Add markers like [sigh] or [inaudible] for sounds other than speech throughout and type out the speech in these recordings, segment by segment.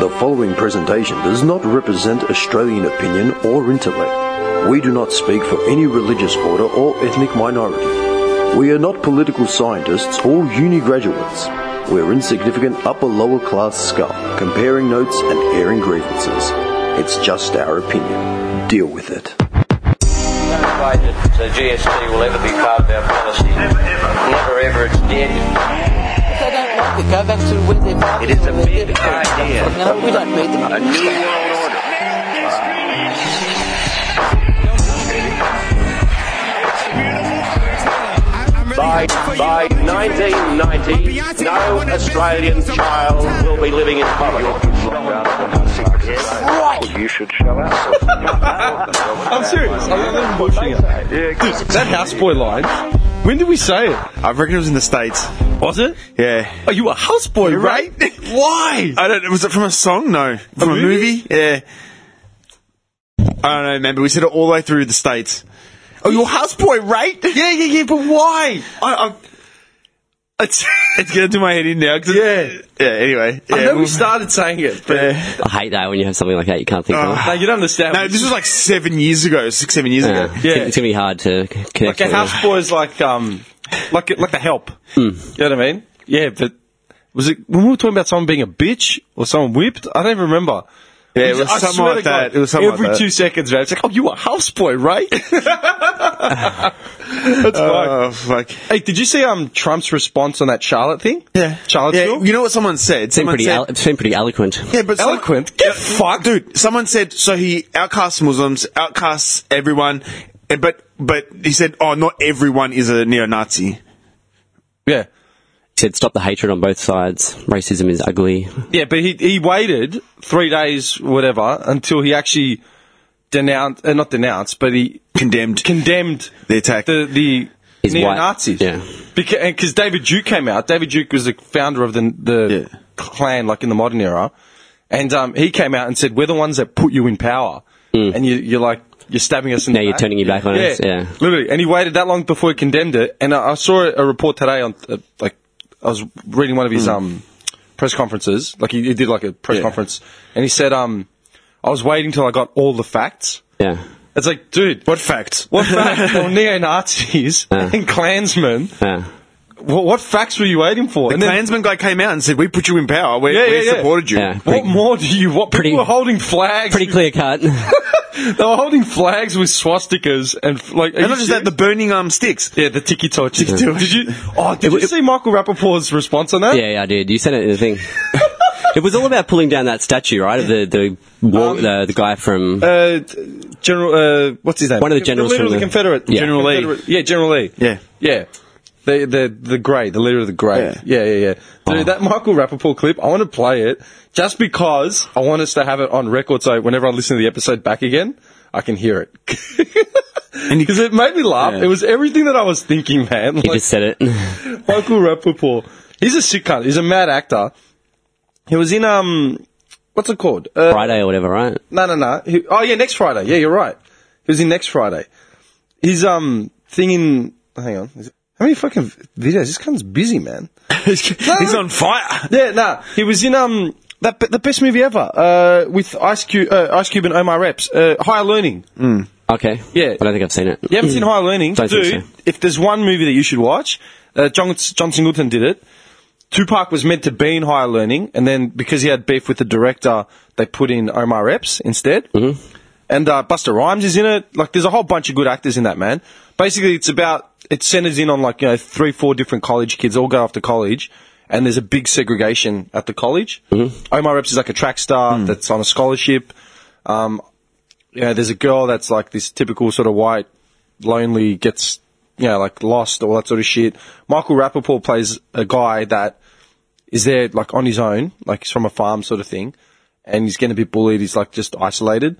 The following presentation does not represent Australian opinion or intellect. We do not speak for any religious order or ethnic minority. We are not political scientists or uni graduates. We're insignificant upper lower class scum, comparing notes and airing grievances. It's just our opinion. Deal with it. No way that uh, GST will ever be part of our policy. Never ever. Never ever. It's dead. If they don't like it, go back to where they're from. It is a where they're big from. idea. No, we don't need them. A new world order. By, by 1990, no Australian child will be living in poverty. You should shell out. I'm serious. I'm not even bullshitting it. That houseboy line. When did we say it? I reckon it was in the States. Was it? Yeah. Are you a houseboy, right? [laughs] Why? I don't. Was it from a song? No. From a movie? movie? Yeah. I don't know. Remember, we said it all the way through the states. Oh, your houseboy, [laughs] right? Yeah, yeah, yeah. But why? I, I, It's it's gonna do my head in now. 'cause- Yeah. Yeah. Anyway. Yeah, I know we we'll- started saying [sighs] it, but Yeah. I hate that when you have something like that you can't think of. no, you don't understand. [laughs] No, this was like seven years ago, six, seven years Yeah. ago. Ah, It's Yeah. gonna- It's gonna be hard to c- connect. like a with it. houseboy is like um, like like the help. Hmm. You know what I mean? Yeah, but was it when we were talking about someone being a bitch or someone whipped? I don't even remember. Yeah, it was I something swear like to God, that. It was something every like that. two seconds, man. It's like, oh, you a houseboy, [laughs] right? [laughs] That's fine. Oh fuck! Hey, did you see um Trump's response on that Charlotte thing? Charlotte Yeah, school? You know what someone said? Seemed Someone pretty, said, elo- seemed pretty eloquent. yeah, but someone- Eloquent? Get fucked. dude. Someone said so he outcasts Muslims, outcasts everyone, and- but but he said, oh, not everyone is a neo-Nazi. Yeah. He said, "Stop the hatred on both sides. Racism is ugly." Yeah, but he he waited three days, whatever, until he actually denounced, uh, not denounced, but he Condemned. condemned The attack. the, the His white- neo-Nazis. yeah. Because David Duke came out. David Duke was the founder of the, the Yeah. clan, like in the modern era. And um, he came out and said, we're the ones that put you in power. And you, you're like, you're stabbing us in Mm. Now the you're back. turning your back on us, yeah. Literally. And he waited that long before he condemned it. And I, I saw a report today on, uh, like, I was reading one of Mm. his um, press conferences. Like, he, he did like a press Yeah. conference. And he said, um, I was waiting till I got all the facts. Yeah, It's like, dude, What facts? what [laughs] fact? well, neo Nazis and Klansmen. yeah. What, what facts were you waiting for? The And then- Klansman guy came out and said, "We put you in power. We, Yeah, we yeah, yeah. supported you." Yeah. what more do you? What Pretty- people were holding flags? Pretty clear cut. [laughs] They were holding flags with swastikas and f- like. are And you not just that, the serious? burning um sticks. yeah, the tiki torch. Did torch. you? Oh, did you see Michael Rappaport's response on that? yeah, yeah, I did. You said it in [laughs] the thing. it was all about pulling down that statue, right? Of the the war, the, the guy Um, from Uh, General, uh, what's his name? One of the generals leader from of the the- Confederate. Yeah. General Lee. Confederate- Yeah, General Lee. Yeah. yeah. The the the grey, the leader of the grey. Yeah, yeah, yeah. Oh. Dude, that Michael Rappaport clip, I want to play it just because I want us to have it on record. So whenever I listen to the episode back again, I can hear it. [laughs] Because it made me laugh. Yeah. It was everything that I was thinking, man. he Like- just said [laughs] it. Michael Rapaport. He's a sick cunt. He's a mad actor. He was in um, what's it called? Uh, Friday or whatever, right? no, no, no. He, oh yeah, next Friday. Yeah, you're right. He was in next Friday. His um thing in. Hang on. Is it- how many fucking videos? This cunt's busy, man. [laughs] He's on fire. Yeah, nah. He was in um that the best movie ever uh with Ice Cube, uh, Ice Cube and Omar Reps. Uh, Higher Learning. Okay. Yeah. I don't think I've seen it. You haven't seen Higher Learning, Don't dude. think so. If there's one movie that you should watch, uh, John, John Singleton did it. Tupac was meant to be in Higher Learning, and then because he had beef with the director, they put in Omar Epps instead. Mm-hmm. And uh, Buster Rhymes is in it. Like, there's a whole bunch of good actors in that man. Basically, it's about it centers in on like you know three, four different college kids all go off to college, and there's a big segregation at the college. Mm-hmm. Mm. Omar Epps is like a track star that's on a scholarship Um, you know, there's a girl that's like this typical sort of white, lonely, gets, you know, like lost, all that sort of shit. Michael Rappaport plays a guy that is there like on his own, like he's from a farm sort of thing, and he's getting a bit bullied, he's like just isolated,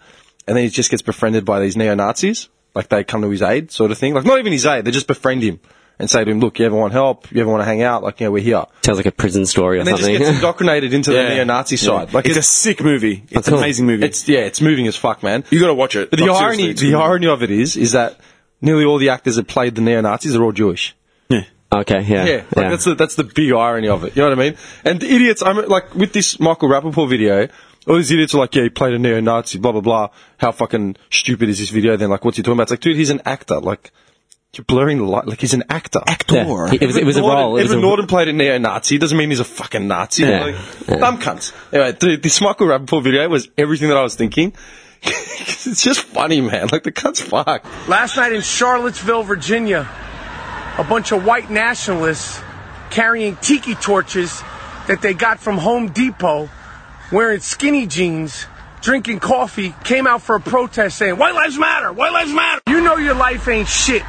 and then he just gets befriended by these neo Nazis, like they come to his aid sort of thing. Like not even his aid, they just befriend him and say to him, look, you ever want help, you ever want to hang out, like, you know, we're here. Sounds like a prison story or And then just something. [laughs] gets indoctrinated into [laughs] the neo Nazi side. Like it's, a sick movie. It's cool. an amazing movie. it's yeah, it's moving as fuck, man. You gotta watch it. But the Like, seriously, irony, it's the good. irony of it is, is that nearly all the actors that played the neo Nazis are all Jewish. Yeah. Okay, yeah. Yeah, like that's the that's the big irony of it. You know what I mean? And the idiots, I'm like with this Michael Rappaport video. All these idiots are like, yeah, he played a neo-Nazi, blah blah blah. How fucking stupid is this video? Then like, what's he talking about? It's like, dude, he's an actor. Like, you're blurring the light. Like, he's an actor. Actor. Yeah. It was, it was a role. It was Edward a- Norton played a neo-Nazi. It doesn't mean he's a fucking Nazi. Yeah. Like, Dumb cunts. Anyway, dude, this Michael Rappaport video was everything that I was thinking. [laughs] 'Cause it's just funny, man. Like the cunt's fucked. Last night in Charlottesville, Virginia, a bunch of white nationalists carrying tiki torches that they got from Home Depot, wearing skinny jeans, drinking coffee, came out for a protest saying, White Lives Matter! White Lives Matter! You know your life ain't shit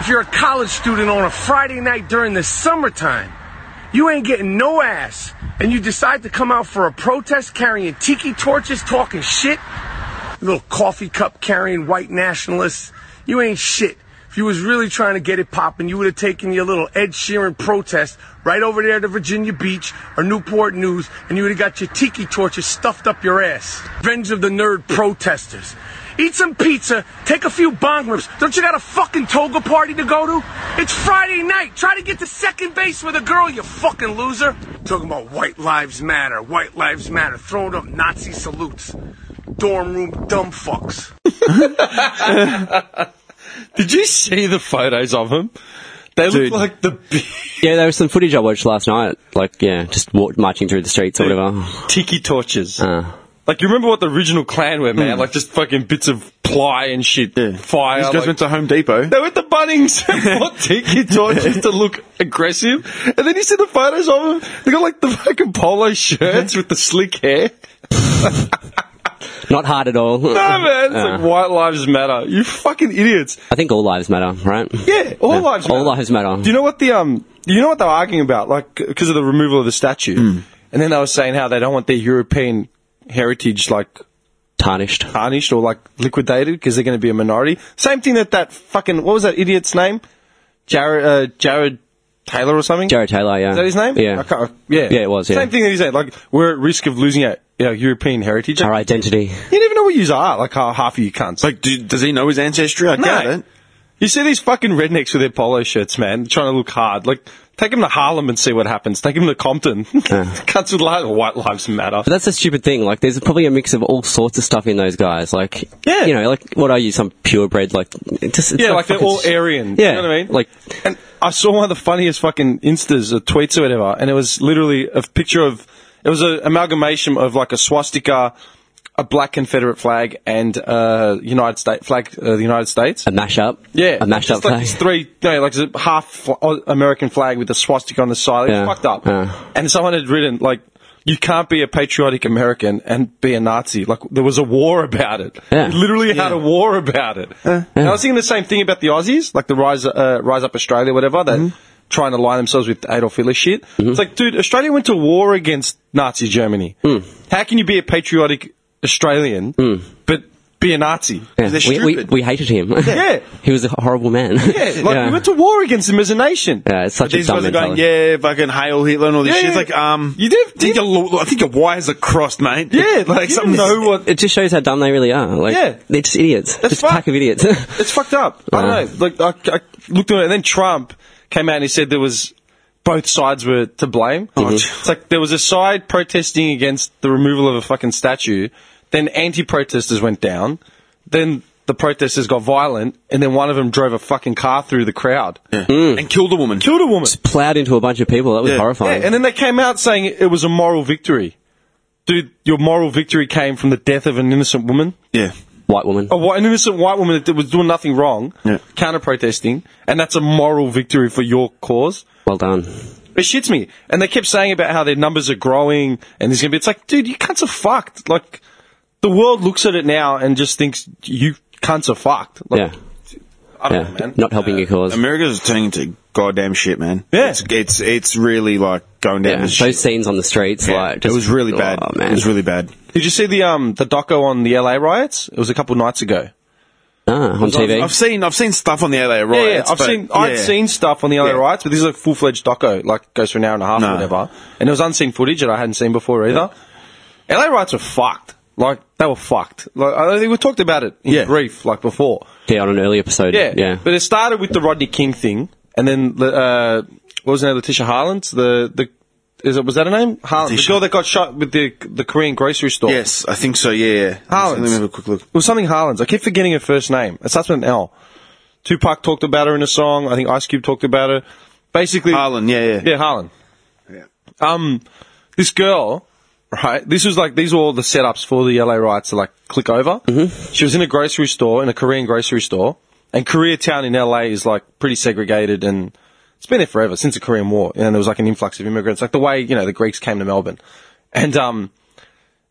if you're a college student on a Friday night during the summertime. You ain't getting no ass, and you decide to come out for a protest carrying tiki torches, talking shit. Little coffee cup carrying white nationalists. You ain't shit. If you was really trying to get it poppin', you would have taken your little Ed Sheeran protest right over there to Virginia Beach or Newport News, and you would have got your tiki torches stuffed up your ass. Revenge of the nerd protesters. Eat some pizza, take a few bong rips. Don't you got a fucking toga party to go to? It's Friday night. Try to get to second base with a girl, you fucking loser. Talking about white lives matter, white lives matter, throwing up Nazi salutes. Dorm room dumb fucks. Did you see the photos of him? They Dude. look like the big yeah, there was some footage I watched last night. Like, yeah, just walk, marching through the streets or whatever. tiki torches. Uh, Like you remember what the original clan were, man? Like just fucking bits of ply and shit, fire. These guys like- went to Home Depot. they went to Bunnings [laughs] and bought tiki torches to look aggressive, and then you see the photos of them. They got like the fucking polo [laughs] shirts with the slick hair. not hard at all. No Uh, man, it's like white lives matter. You fucking idiots. I think all lives matter, right? Yeah, all lives matter. All lives matter. Do you know what the um? Do you know what they were arguing about? Like because of the removal of the statue, and then they were saying how they don't want their European heritage like Tarnished. tarnished or like liquidated because they're going to be a minority. Same thing that that fucking what was that idiot's name? Jared uh, Jared Taylor or something. Jared Taylor, yeah. Is that his name? Yeah. I can't- yeah. Yeah, it was, yeah. Same thing that he said. Like we're at risk of losing our, our European heritage. Our identity. You don't even know what you are. Like how half of you cunts. Like, do, does he know his ancestry? I doubt it. You see these fucking rednecks with their polo shirts, man, trying to look hard. Like, take them to Harlem and see what happens. Take them to Compton. [laughs] Cuts with like, white lives matter. But that's a stupid thing. Like, there's probably a mix of all sorts of stuff in those guys. Like, Yeah. you know, like, what are you, some purebred? Like, it just, it's yeah, like they're fucking all sh- Aryan. Yeah, You know what I mean? Like, And I saw one of the funniest fucking instas or tweets or whatever, and it was literally a picture of it was an amalgamation of like a swastika, a black Confederate flag, and uh, United States flag, uh, the United States. a mashup. Yeah, A mashed It's up like thing. It's three, no, like it's a half fl- American flag with a swastika on the side. It's Yeah, fucked up. yeah. And someone had written like, "You can't be a patriotic American and be a Nazi." Like there was a war about it. Yeah. We literally had a war about it. And I was thinking the same thing about the Aussies, like the rise, uh, rise up Australia, whatever. That Mm-hmm. trying to line themselves with Adolf Hitler shit. It's like, dude, Australia went to war against Nazi Germany. Mm. How can you be a patriotic Australian but be a Nazi? Yeah. they're we, we, stupid. we hated him. Yeah. [laughs] he was a horrible man. [laughs] Yeah, like we went to war against them as a nation. Yeah, it's such a These dumb guys are going, mentality. yeah, fucking hail Hitler and all this Yeah, shit. It's yeah. like, um, You did- I think your, lo- I think your wires are crossed, mate. [laughs] Yeah, like you don't something's- know what. It just shows how dumb they really are. Like, Yeah. they're just idiots. That's just a pack fucked. of idiots. [laughs] It's fucked up. I don't know. Like I, I looked at it, and then Trump came out and he said there was both sides were to blame. Mm-hmm. It's like there was a side protesting against the removal of a fucking statue. Then anti-protesters went down. Then the protesters got violent, and then one of them drove a fucking car through the crowd, Mm. And killed a woman. killed a woman. Plowed into a bunch of people. That was horrifying. Yeah, and then they came out saying it was a moral victory. Dude, your moral victory came from the death of an innocent woman. Yeah. White woman. A whi- an innocent white woman that was doing nothing wrong, Yeah. counter protesting, and that's a moral victory for your cause. Well done. It shits me. And they kept saying about how their numbers are growing and there's going to be. It's like, dude, you cunts are fucked. Like, the world looks at it now and just thinks you cunts are fucked. Like, Yeah. I don't know, Yeah. oh, man. Not helping your cause. America's turning to goddamn shit, man. Yeah. It's, it's, it's really like going down Yeah, the those shit. scenes on the streets, Yeah. like just, it was really bad. Oh, man. It was really bad. Did you see the um the doco on the LA riots? It was a couple nights ago. Ah, on TV. I've seen, I've seen stuff on the LA riots. Yeah, yeah, I've but- seen I'd yeah. seen stuff on the LA Yeah. riots, but this is a full fledged doco, like goes for an hour and a half or No. whatever. And it was unseen footage that I hadn't seen before either. LA riots were fucked. Like they were fucked. Like I think we talked about it in Yeah. brief, like before. yeah, on an early episode. Yeah, yeah. But it started with the Rodney King thing, and then the, uh, what was the name of Letitia Harland? The the is it was that her name? Harland, the Letitia. girl that got shot with the the Korean grocery store. Yes, I think so. Yeah, yeah. Harlands. Let me have a quick look. It was something Harlands. I keep forgetting her first name. It starts with an L. Tupac talked about her in a song. I think Ice Cube talked about her. Basically, Harlan. Yeah, yeah. Yeah, Harlan. Um, this girl, right? This was like these were all the setups for the LA riots to like click over. Mm-hmm. She was in a grocery store in a Korean grocery store, and Koreatown in LA is like pretty segregated and it's been there forever since the Korean War. And there was like an influx of immigrants, like the way you know the Greeks came to Melbourne, and um,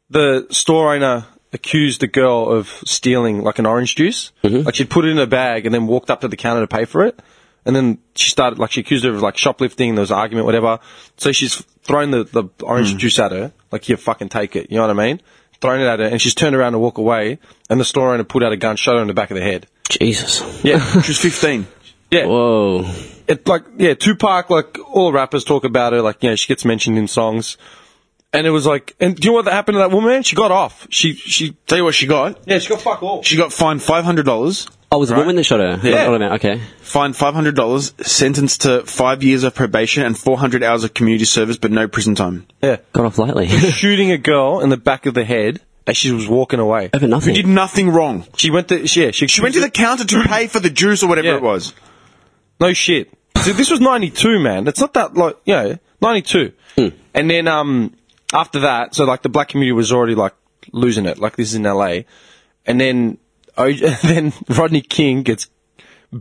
the store owner accused the girl of stealing like an orange juice. Like she'd put it in a bag and then walked up to the counter to pay for it. And then she started like she accused her of like shoplifting. There was an argument, whatever. So she's thrown the, the orange juice at her, like here, fucking take it. You know what I mean? Thrown it at her, and she's turned around to walk away. And the store owner pulled out a gun, shot her in the back of the head. Jesus. [laughs] Yeah, She was fifteen. yeah Whoa. it like yeah, Tupac, like all rappers talk about her, like, you know, she gets mentioned in songs. And it was like and do you know what that happened to that woman? man? She got off. She she Tell you what, she got. Yeah, she got fuck all. She got fined five hundred dollars. Oh, it was a woman that shot her. Who Yeah. shot him out? Okay. Fined five hundred dollars. Sentenced to five years of probation and four hundred hours of community service, but no prison time. Yeah. Got [laughs] off lightly. Shooting a girl in the back of the head as she was walking away. Over Who nothing. did nothing wrong. She went to she, yeah, she, She went to the counter to pay for the juice or whatever Yeah. it was. No shit. See, this was 92, man. It's not that, like, you know, 92. And then, um, after that, so, like, the black community was already, like, losing it. Like, this is in LA. And then, O- [laughs] then Rodney King gets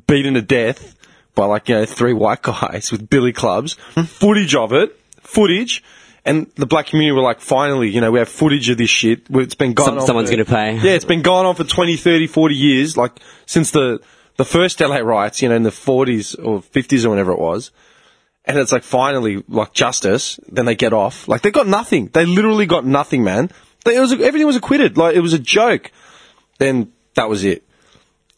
beaten to death by, like, you know, three white guys with billy clubs. Footage of it. Footage. And the black community were like, finally, you know, we have footage of this shit. It's been gone Some- on someone's for- gonna pay. Yeah, it's been going on for 20, 30, 40 years, like since the, the first LA riots, you know, in the 40s or 50s or whenever it was. And it's like finally, like justice. Then they get off. Like they got nothing. They literally got nothing, man. They, it was, everything was acquitted. Like it was a joke. Then that was it.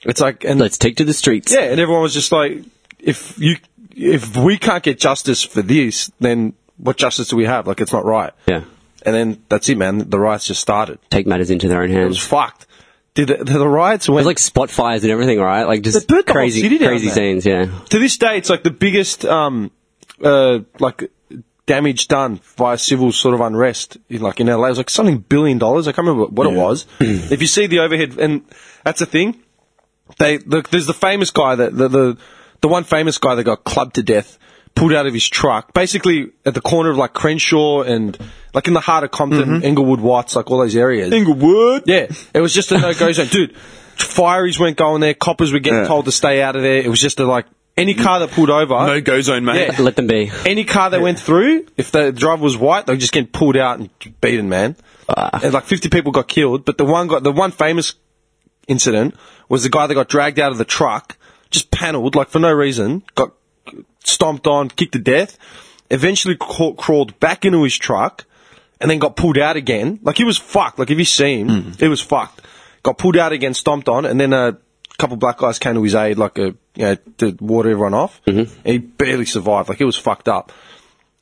It's like, and Let's take to the streets. yeah, and everyone was just like, if you, if we can't get justice for this, then what justice do we have? Like it's not right. Yeah. And then that's it, man. The riots just started. Take matters into their own It was hands. fucked. Did the, the riots It went was like spot fires and everything, right? Like just They burnt the whole crazy, city down crazy there. scenes. Yeah. to this day? It's like the biggest um uh like damage done by civil sort of unrest in like in LA. It was like something billion dollars. I can't remember what it was. if you see the overhead, and that's the thing. They the, there's the famous guy that the, the the one famous guy that got clubbed to death. Pulled out of his truck, basically at the corner of like Crenshaw and like in the heart of Compton, Englewood, Watts, like all those areas. Inglewood. Yeah, it was just a no go zone, dude. Fireys weren't going there. Coppers were getting Yeah. told to stay out of there. It was just a, like any car that pulled over, No go zone, mate. Yeah. Let them be. any car that went through, if the driver was white, they were just getting pulled out and beaten, man. Ah. And like fifty people got killed, but the one got the one famous incident was the guy that got dragged out of the truck, just panelled like for no reason, got stomped on, kicked to death. Eventually ca- crawled back into his truck, and then got pulled out again. Like he was fucked. Like if you see him, he was fucked. Got pulled out again, stomped on, and then a couple black guys came to his aid, like a you know to water everyone off. Mm-hmm. And he barely survived. Like he was fucked up.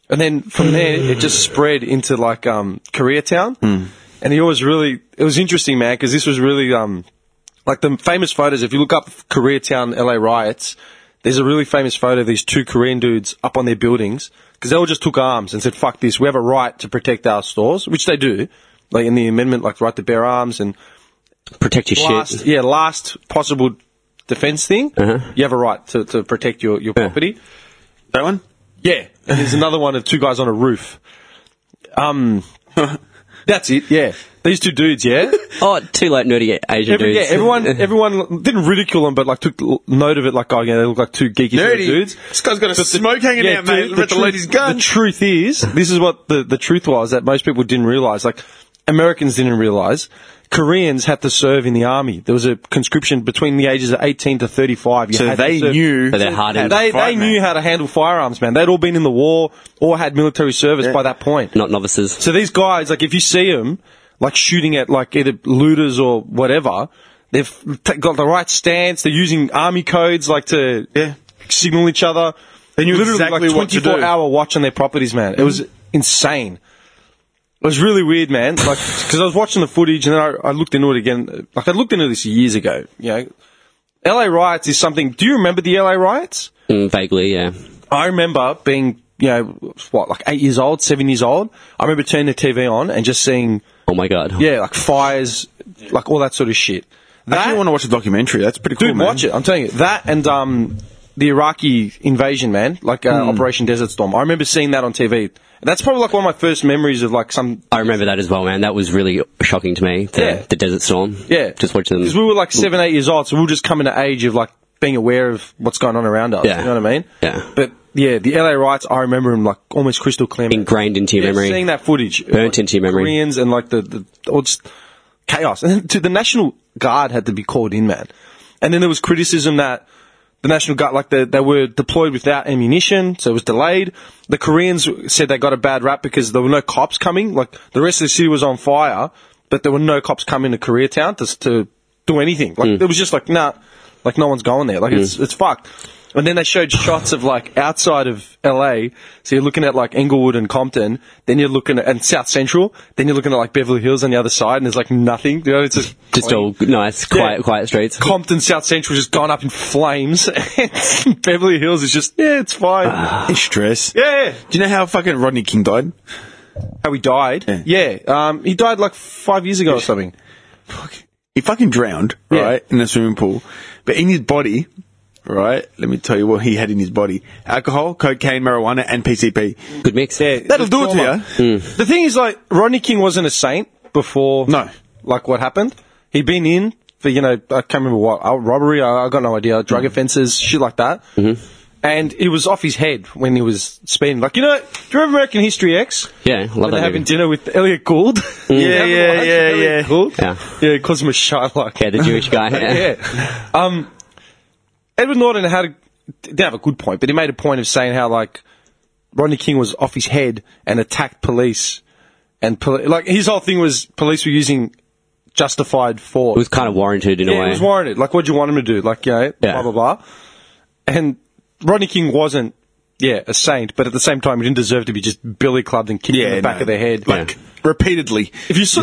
And then from there, it just spread into like um, Koreatown. And he always really, it was interesting, man, because this was really um, like the famous photos. If you look up Koreatown LA riots, there's a really famous photo of these two Korean dudes up on their buildings because they all just took arms and said, "Fuck this! We have a right to protect our stores," which they do, like in the amendment, like the right to bear arms and Protect your last, shit. yeah, last possible defense thing. You have a right to, to protect your your Yeah. property. That one. Yeah, and there's another one of two guys on a roof. Um, that's it. Yeah, these two dudes. Yeah, Oh, too late, nerdy Asian Every- yeah. [laughs] dudes. Everyone, everyone didn't ridicule them, but like took l- note of it. Like, oh yeah, they look like two geeky sort of Nerdy. dudes. This guy's got a But the- smoke hanging out, mate. dude, Look at the truth- lady's gun. The truth is, this is what the the truth was that most people didn't realize. Like, Americans didn't realize. Koreans had to serve in the army. There was a conscription between the ages of 18 to 35. You So had to they serve- knew. So they're hardened. they, Fight, they knew man. how to handle firearms, man. They'd all been in the war or had military service by that point. Not novices. So these guys, like, if you see them, like, shooting at, like, either looters or whatever, they've t- got the right stance. They're using army codes, like, to Yeah. signal each other. They knew Literally, exactly like, what to do. 24 hour watch on their properties, man. It was insane. It was really weird, man. Like, because I was watching the footage and then I, I looked into it again. Like, I looked into this years ago. You know, LA riots is something. Do you remember the LA riots? Mm, vaguely, yeah. I remember being, you know, what, like eight years old, seven years old. I remember turning the TV on and just seeing, Oh my god. yeah, like fires, like all that sort of shit. I actually That- want to watch a documentary. That's pretty cool, Dude, man. watch it. I'm telling you that, and um, the Iraqi invasion, man, like uh, Hmm. Operation Desert Storm. I remember seeing that on TV. That's probably like one of my first memories of like some. I remember that as well, man. That was really shocking to me. The, Yeah. the Desert Storm. Yeah, Just watching them. because we were like seven, eight years old, so we were just coming to age of like being aware of what's going on around us. Yeah. You know what I mean? Yeah. But yeah, the LA riots. I remember them like almost crystal clear. man. ingrained into your Yeah, memory. Seeing that footage, Burnt into your memory. Koreans and like the the or just chaos. And then, to the National Guard had to be called in, man. And then there was criticism that the National Guard, like they, they were deployed without ammunition, so it was delayed. The Koreans said they got a bad rap because there were no cops coming. Like the rest of the city was on fire, but there were no cops coming to Koreatown to to do anything. Like Hmm. it was just like nah, like no one's going there. Like it's it's fucked. And then they showed shots of like outside of LA. So you're looking at like Englewood and Compton. Then you're looking at and South Central. Then you're looking at like Beverly Hills on the other side, and there's like nothing. You know, it's just just all nice, quiet, Yeah. quiet streets. Compton South Central just gone up in flames. [laughs] and Beverly Hills is just yeah, it's fine. It's stress. yeah, yeah. Do you know how fucking Rodney King died? how he died. Yeah. Yeah, um, he died like five years ago or something. He fucking drowned, Yeah. right, in a swimming pool. But in his body, right, let me tell you what he had in his body. Alcohol, cocaine, marijuana, and PCP. Good mix. Yeah, That'll do it to trauma. The thing is, like Rodney King wasn't a saint before. No. like what happened? He'd been in for you know I can't remember what uh, robbery. I, I got no idea. Mm. Drug offences, shit like that. Mm-hmm. And it was off his head when he was speeding. Like you know, do you remember American History X? Yeah, love When that they're having movie. Mm. dinner with Elliot Gould. [laughs] Yeah, yeah, Everyone, yeah, Elliot yeah. Gould. Yeah. yeah, he calls him a Shylock. Yeah, the Jewish guy. [laughs] yeah. Um, Edward Norton had a, didn't have a good point, but he made a point of saying how like Rodney King was off his head and attacked police, and poli- like his whole thing was police were using justified force. [laughs] It was kind of warranted in a yeah, way. it was warranted. Like, what do you want him to do? Like, you know, Yeah. blah blah blah. And Rodney King wasn't. Yeah, a saint, but at the same time, he didn't deserve to be just billy clubbed and kicked in the back no. of the head. Like, Yeah. repeatedly. if you saw,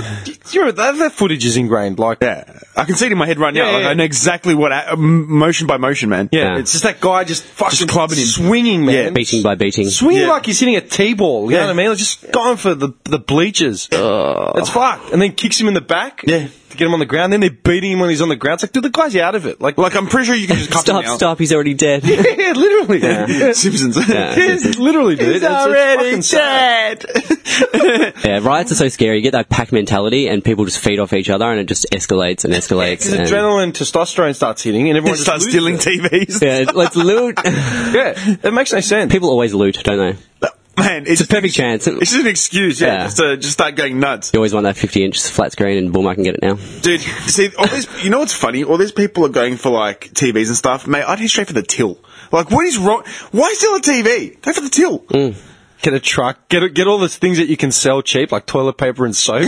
you know, that, that footage is ingrained. Like, Yeah. I can see it in my head right now. Yeah, Like, yeah. I know exactly what, I- um, motion by motion, man. Yeah, Yeah. it's just that guy just fucking clubbing him. swinging, man. Yeah, Beating by beating. swinging Yeah. like he's hitting a tee ball. You Yeah. know what I mean? Like just going for the the bleachers. It's fucked. And then kicks him in the back. Yeah. to get him on the ground. Then they're beating him when he's on the ground. It's like, dude, the guy's out of it. Like, [laughs] Like, I'm pretty sure you can just cut Stop, him out. stop, he's already dead. yeah, literally. [laughs] Yeah. [laughs] Simpsons. It's literally, dude. He's It's- it's already fucking sad. dead. yeah, riots are so scary. You get that pack mentality and people just feed off each other and it just escalates and escalates. Because and- adrenaline, testosterone starts hitting, and everyone just Start loses stealing it. TVs. Yeah, let's loot. [laughs] Yeah, it makes no sense. people always loot, don't they? [laughs] Man, it's, It's a perfect [laughs] chance. It's just You an excuse, yeah, Yeah. just to just start going nuts, always want that 50 inch flat screen and boom, I can get it now. dude. See, all these, you know what's funny? All these people are going for like TVs and stuff. Mate, I'd head straight for the till. Like, what is wrong? Why steal a TV? Go for the till. Mm. Get a truck. Get get all the things that you can sell cheap, like toilet paper and [laughs] soap.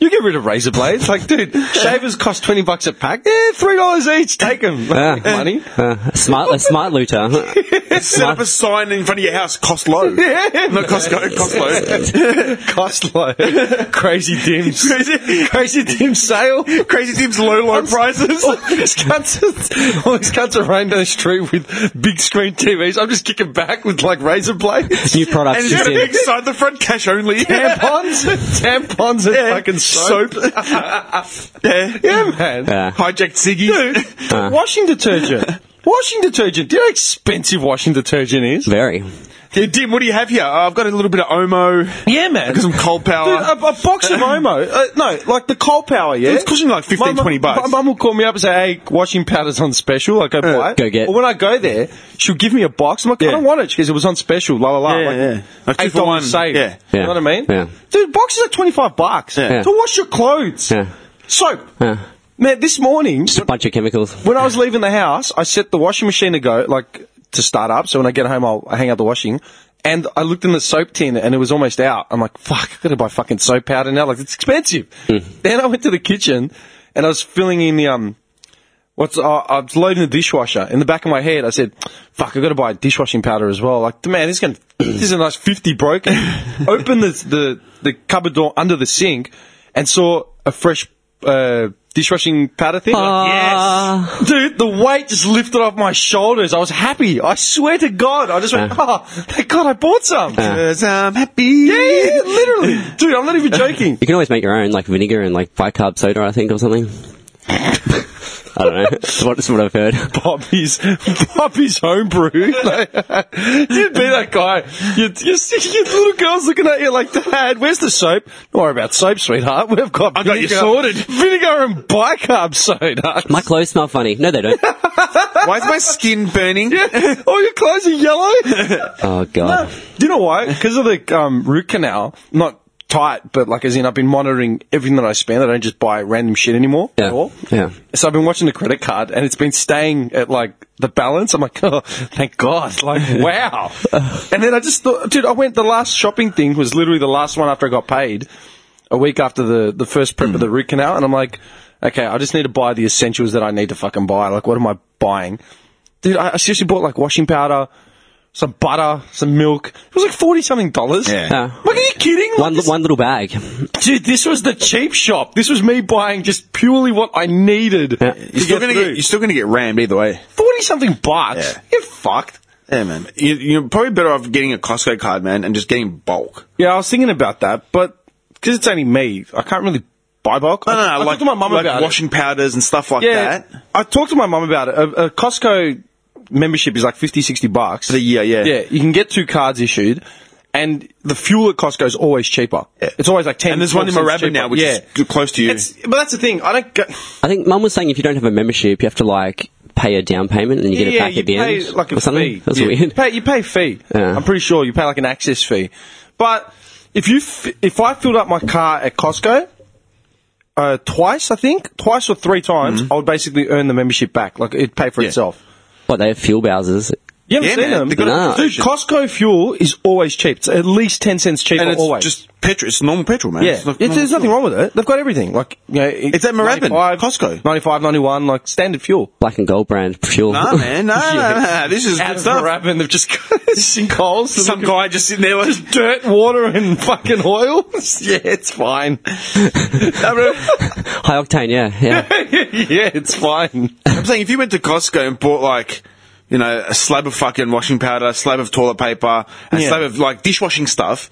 You get rid of razor blades. Like, dude, shavers cost twenty bucks a pack. Yeah, three dollars each. Take them. Ah, [laughs] Money. Uh, a smart, a [laughs] smart looter. Set up a sign in front of your house. Cost low. Not Costco. [laughs] Cost low. [laughs] Cost [laughs] low. Crazy dims. Crazy, dim sale. Crazy Tim's low low prices. all these cunts, all these cunts are running down the street with big screen TVs. I'm just kicking back with like razor blades, New products and just just a in. big sign at the front, cash only. [laughs] tampons, [laughs] tampons, and fucking soap. yeah. [laughs] Yeah, man. Yeah. Hijacked Dude, [laughs] Siggy. washing detergent. Washing detergent. Do you know how expensive washing detergent is? Very. Yeah, Dim, what do you have here? Uh, I've got a little bit of Omo. Yeah, man. Got some cold power. Dude, a, a box of Omo. Uh, no, like the coal power, yeah? It's costing like 15, My mum- 20 bucks. My mum will call me up and say, hey, washing powder's on special. Like, go buy it. Go get- Or when I go there, she'll give me a box. I'm like, I don't want it. She goes, it was on special, la la la. Yeah, like, yeah. Like two $8 for one. save. Yeah. You know what I mean? Yeah. Dude, boxes are 25 bucks Yeah. to wash your clothes. Yeah. Soap. Yeah. Man, this morning, Just a bunch of chemicals. when I was leaving the house, I set the washing machine to go, like to start up. So when I get home, I'll I hang out the washing. And I looked in the soap tin and it was almost out. I'm like, fuck, I've got to buy fucking soap powder now. Like, it's expensive. Then I went to the kitchen and I was filling in the, um, what's, uh, I was loading the dishwasher. In the back of my head, I said, fuck, I've got to buy dishwashing powder as well. Like, man, this is going to, this is a nice 50 broken. Open the, the, the cupboard door under the sink and saw a fresh, uh, dishwashing powder thing. Ah. yes, [laughs] dude, the weight just lifted off my shoulders. I was happy. I swear to God, I just went, oh, thank God, I bought some. Cause I'm happy. Yeah, yeah, [laughs] literally, dude. I'm not even joking. You can always make your own, like vinegar and like bicarb soda, I think, or something. I don't know. It's what, it's what I've heard. [laughs] Bobby's Bobby's homebrew. [laughs] Like, you'd be that guy. Your, your, your little girl's looking at you like, Dad, where's the soap? Don't worry about soap, sweetheart. We've got I got you sorted. Vinegar and bicarb soda. [laughs] My clothes smell funny. No, they don't. Why is my skin burning? Yeah. Oh, your clothes are [laughs] yellow. Oh god. Do you know why? Because of the um, root canal, not tight, but like as in I've been monitoring everything that I spend. I don't just buy random shit anymore at all. Yeah. So I've been watching the credit card, and it's been staying at like the balance. I'm like, [laughs] oh, thank God! [laughs] Like, wow. and then I just thought, dude, I went. The last shopping thing was literally the last one after I got paid, a week after the the first prep Mm. of the root canal, and I'm like, okay, I just need to buy the essentials that I need to fucking buy. Like, what am I buying? Dude, I, I seriously bought like washing powder. Some butter, some milk. It was like forty something dollars. Yeah. Yeah. Like, are you kidding? Like, One this- one little bag. Dude, this was the cheap shop. This was me buying just purely what I needed. You're still, gonna get, you're still gonna get rammed either way. forty something bucks. Yeah. You're fucked. Yeah, man. You, you're probably better off getting a Costco card, man, and just getting bulk. Yeah, I was thinking about that, but because it's only me, I can't really buy bulk. No, no, I, no, I like, talked to my mum like about washing powders and stuff like it. Yeah, that. I talked to my mum about it. A, a Costco membership is like 50, 60 bucks. For the year, yeah. Yeah, you can get two cards issued. And the fuel at Costco is always cheaper. Yeah. It's always like ten. And there's one in 12 Moorabbin cents now, cheaper. which is g- close to you. It's, but that's the thing. I don't. Go, I think Mum was saying if you don't have a membership, you have to like pay a down payment and you get it back you at the pay end. Like a or something. fee. That's Yeah. You weird. pay, you pay fee. Yeah. I'm pretty sure you pay like an access fee. But if you f- if I filled up my car at Costco uh, twice, I think twice or three times, Mm-hmm. I would basically earn the membership back. Like it'd pay for itself. What they have fuel bowsers. You haven't Yeah, seen man. them. They got it on Nah. Dude, Costco fuel is always cheap. It's at least ten cents cheaper. And it's always. just petrol. It's normal petrol, man. yeah, It's not- It's- there's nothing wrong with it. They've got everything. Like you know, It's at Moorabbin, Costco. 95, 91, like standard fuel. Black and gold brand fuel. Nah, [laughs] man. Nah, nah, nah. This is Out good of stuff. Moorabbin, they've just got [laughs] sinkholes. Some guy just sitting there like, dirt, water, and fucking oil. [laughs] yeah, it's [laughs] fine. High octane, yeah. Yeah. [laughs] yeah, it's fine. I'm saying if you went to Costco and bought like, you know, a slab of fucking washing powder, a slab of toilet paper, a Yeah. slab of like dishwashing stuff,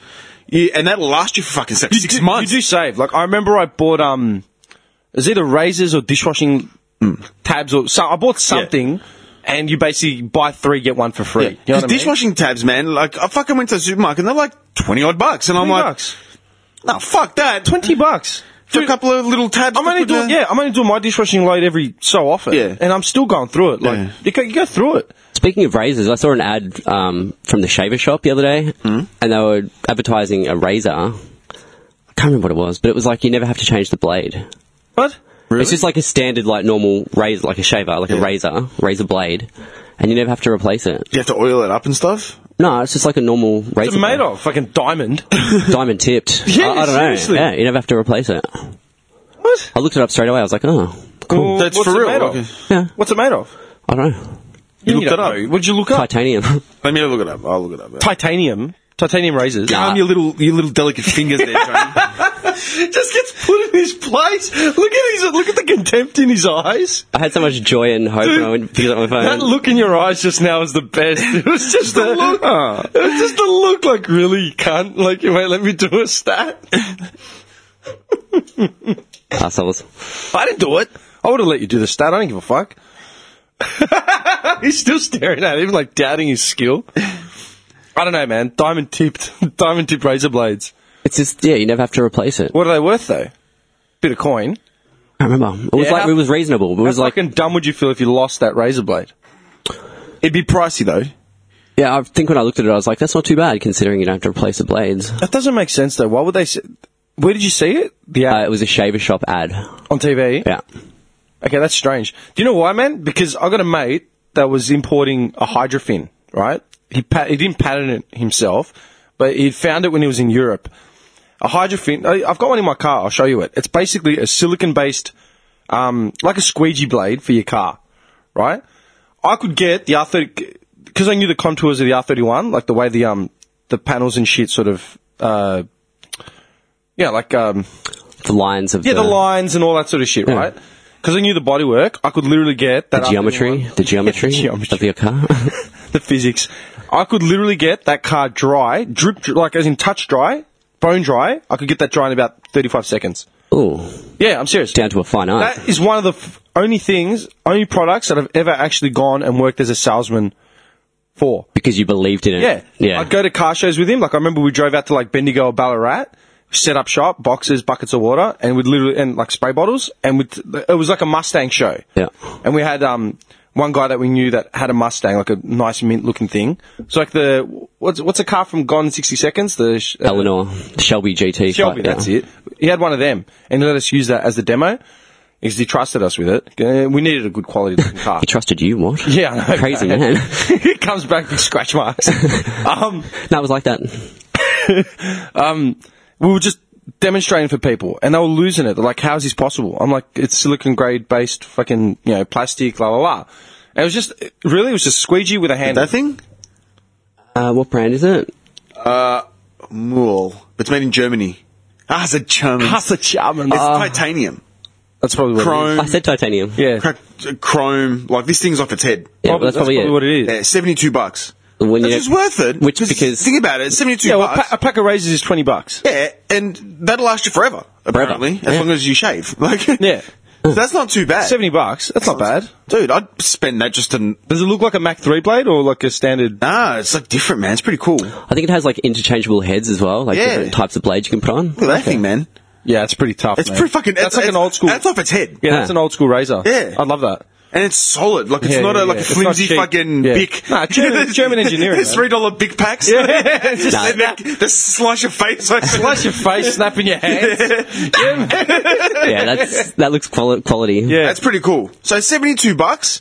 you, and that'll last you for fucking six, six do, months. You do save. Like I remember, I bought um, it was either razors or dishwashing tabs or so. I bought something, and you basically buy three get one for free. You know Because what I mean? dishwashing tabs, man, like I fucking went to the supermarket and they're like twenty odd bucks, and I'm 20 like, bucks. no, fuck that, twenty bucks. for a Dude, couple of little tabs. I'm to only put doing down. yeah. I'm only doing my dishwashing load every so often. Yeah. and I'm still going through it. Like Yeah. you, go, you go through it. Speaking of razors, I saw an ad um, from the shaver shop the other day, and they were advertising a razor. I can't remember what it was, but it was like you never have to change the blade. What? It's just like a standard, like normal razor, like a shaver, like a razor, razor blade, and you never have to replace it. You have to oil it up and stuff. No, it's just like a normal razor. It's made blade. of fucking diamond. [laughs] diamond tipped. Yeah, I, I don't seriously. know. Yeah, you never have to replace it. [laughs] what? I looked it up straight away. I was like, oh, cool. Well, That's what's for it real. made Okay. of? Yeah. What's it made of? I don't know. You, looked don't it up. know. What did you look up? Titanium. [laughs] Let me look it up. I'll look it up. man. titanium, titanium razors. Calm your little, your little delicate fingers there, Johnny. [laughs] just gets put in his place. Look at his, look at the contempt in his eyes. I had so much joy and hope when I went to pick it up my phone. That look in your eyes just now is the best. [laughs] It was just the look. It was just the look, like really cunt. Like wait, let me do a stat. Assholes. I didn't do it. I would have let you do the stat. I don't give a fuck. [laughs] He's still staring at him, like doubting his skill. I don't know, man. Diamond tipped, [laughs] diamond tipped razor blades. It's just yeah, you never have to replace it. What are they worth though? Bit of coin. I remember. It was Yeah, like how- it was reasonable. It How was like fucking dumb would you feel if you lost that razor blade? It'd be pricey though. yeah. I think when I looked at it, I was like, that's not too bad considering you don't have to replace the blades. That doesn't make sense though. Why would they? s Where did you see it? The Uh, ad it was a shaver shop ad. on TV. Yeah. Okay, that's strange. Do you know why, man? Because I got a mate that was importing a hydrofin. Right? He pat- he didn't patent it himself, but he found it when he was in Europe. A hydrofin. I- I've got one in my car. I'll show you it. It's basically a silicon-based, um, like a squeegee blade for your car. Right? I could get the R30 because I knew the contours of the R31, like the way the um the panels and shit sort of uh yeah like um the lines of Yeah, the, the lines and all that sort of shit, Yeah. right? Because I knew the bodywork, I could literally get that the geometry, afternoon- the [laughs] geometry, Yeah, the geometry. of your car. [laughs] the physics. I could literally get that car dry, drip, dri- like as in touch dry, bone dry. I could get that dry in about thirty-five seconds. Ooh, Yeah, I'm serious. down to a fine art. That is one of the f- only things, only products that I've ever actually gone and worked as a salesman for. because you believed in it. Yeah. yeah. I'd go to car shows with him. Like I remember we drove out to like Bendigo or Ballarat, set up shop, boxes, buckets of water, and we'd literally and like spray bottles, and with it was like a Mustang show. Yeah. And we had um one guy that we knew that had a Mustang, like a nice mint looking thing. It's like the what's what's a car from Gone in sixty seconds? The sh- uh, Eleanor Shelby GT. Shelby, that's it. He had one of them, and he let us use that as the demo because he trusted us with it. Uh, We needed a good quality looking car. [laughs] He trusted you. What? yeah, I know, [laughs] crazy right? man. he comes back with scratch [laughs] marks. um, that was like that. we were just demonstrating for people, and they were losing it. They're like, "How is this possible?" I'm like, "It's silicon grade based, fucking you know, plastic, la la la." And it was just it really, it was just squeegee with a hand. That thing? Uh, what brand is it? Mool. It's made in Germany. Ah, it's a German. That's a charmin. It's titanium. Ah, that's probably what Chrome. I said It titanium. is. Yeah, Crack, chrome. Like, this thing's off its head. Yeah, well, that's, probably, it. what it is. Yeah, 72 bucks. When Which you- is worth it. Which because Think about it. 72 Yeah, well, a bucks. pa- uh, a pack of razors is twenty bucks. yeah, and that'll last you forever, apparently. As Yeah. long as you shave. [laughs] Like, Yeah. So that's not too bad. Seventy bucks. That's not bad. Dude, I'd spend that just to. Does it look like a Mac three blade or like a standard? Nah, it's like different, man. It's pretty cool. Look at I think it has like interchangeable heads as well, like Yeah. different types of blades you can put on. [laughs] that thing, man. Yeah, it's pretty tough. It's man. pretty fucking. That's it's, like an it's- old school. That's off its head. yeah, that's an old school razor. Yeah. I love that. And it's solid. Like, it's Yeah, not yeah, a, like yeah. a It's not flimsy cheap. fucking Yeah. bic. Nah, [laughs] German- German engineering, There's man. $3 bic [laughs] packs. Yeah. [laughs] [laughs] just Nah. sit back, just slash your face. Like, Slash [laughs] your face, snapping [laughs] your hands. yeah, that's that looks quali- quality. Yeah. That's pretty cool. So 72 bucks,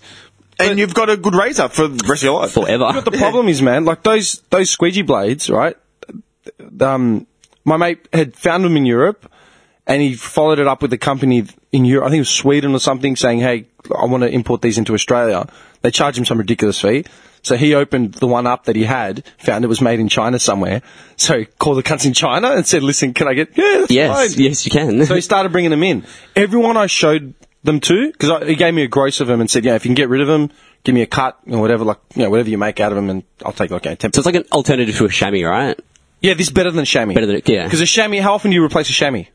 and you've got a good razor for the rest of your life. forever. But the problem is, man, like those those squeegee blades, right? Um, my mate had found them in Europe, and he followed it up with a company in Europe. I think it was Sweden or something, saying, "Hey, I want to import these into Australia." They charged him some ridiculous fee. So he opened the one up that he had, found it was made in China somewhere. So he called the cunts in China and said, "Listen, can I get yeah, that's [laughs] yes, fine." yes, you can. So he started bringing them in. Everyone I showed them to, because he gave me a gross of them and said, yeah, if you can get rid of them, give me a cut or whatever, like, you know, whatever you make out of them and I'll take like a 10 [laughs] so it's like an alternative to a chamois, right? Yeah, this is better than a chamois. Better than yeah. Because a chamois, how often do you replace a chamois?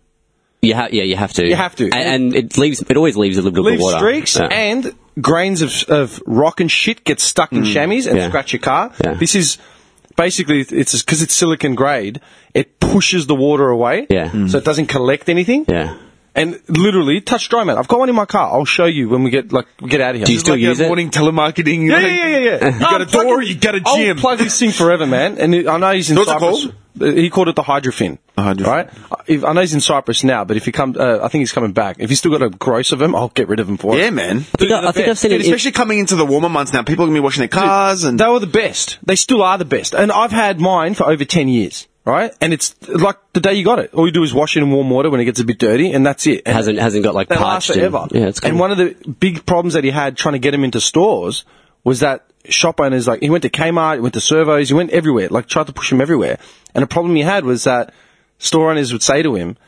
You ha- yeah, you have to. You have to. and, and it leaves. It always leaves a little bit Leave of water. streaks Yeah. and grains of, of rock and shit get stuck in chamois and Mm. Yeah. scratch your car. Yeah. This is basically, it's because it's silicon grade, it pushes the water away. Yeah. Mm. So it doesn't collect anything. yeah. And literally, touch dry, man. I've got one in my car. I'll show you when we get like we get out of here. Do you still like use a it? morning telemarketing. Yeah, like- yeah, yeah, yeah. [laughs] You got a door, you got a I'll gym. Oh, plug this thing forever, man. And it- I know he's in What's it Cyprus. Uh, He called it the hydrofin. The hydrofin. Right? I- If, I know he's in Cyprus now, but if he comes, uh, I think he's coming back. If he's still got a gross of him, I'll get rid of him for yeah, it. man. Think I, I think I've seen Dude, it. in- especially coming into the warmer months now, people are going to be washing their cars and. They were the best. They still are the best. And I've had mine for over 10 years. Right? And it's like the day you got it. All you do is wash it in warm water when it gets a bit dirty, and that's it. And hasn't hasn't got like they parched. last forever. And, yeah, it's cool. and one of the big problems that he had trying to get him into stores was that shop owners like he went to Kmart, he went to Servos, he went everywhere, like tried to push him everywhere. And the problem he had was that store owners would say to him,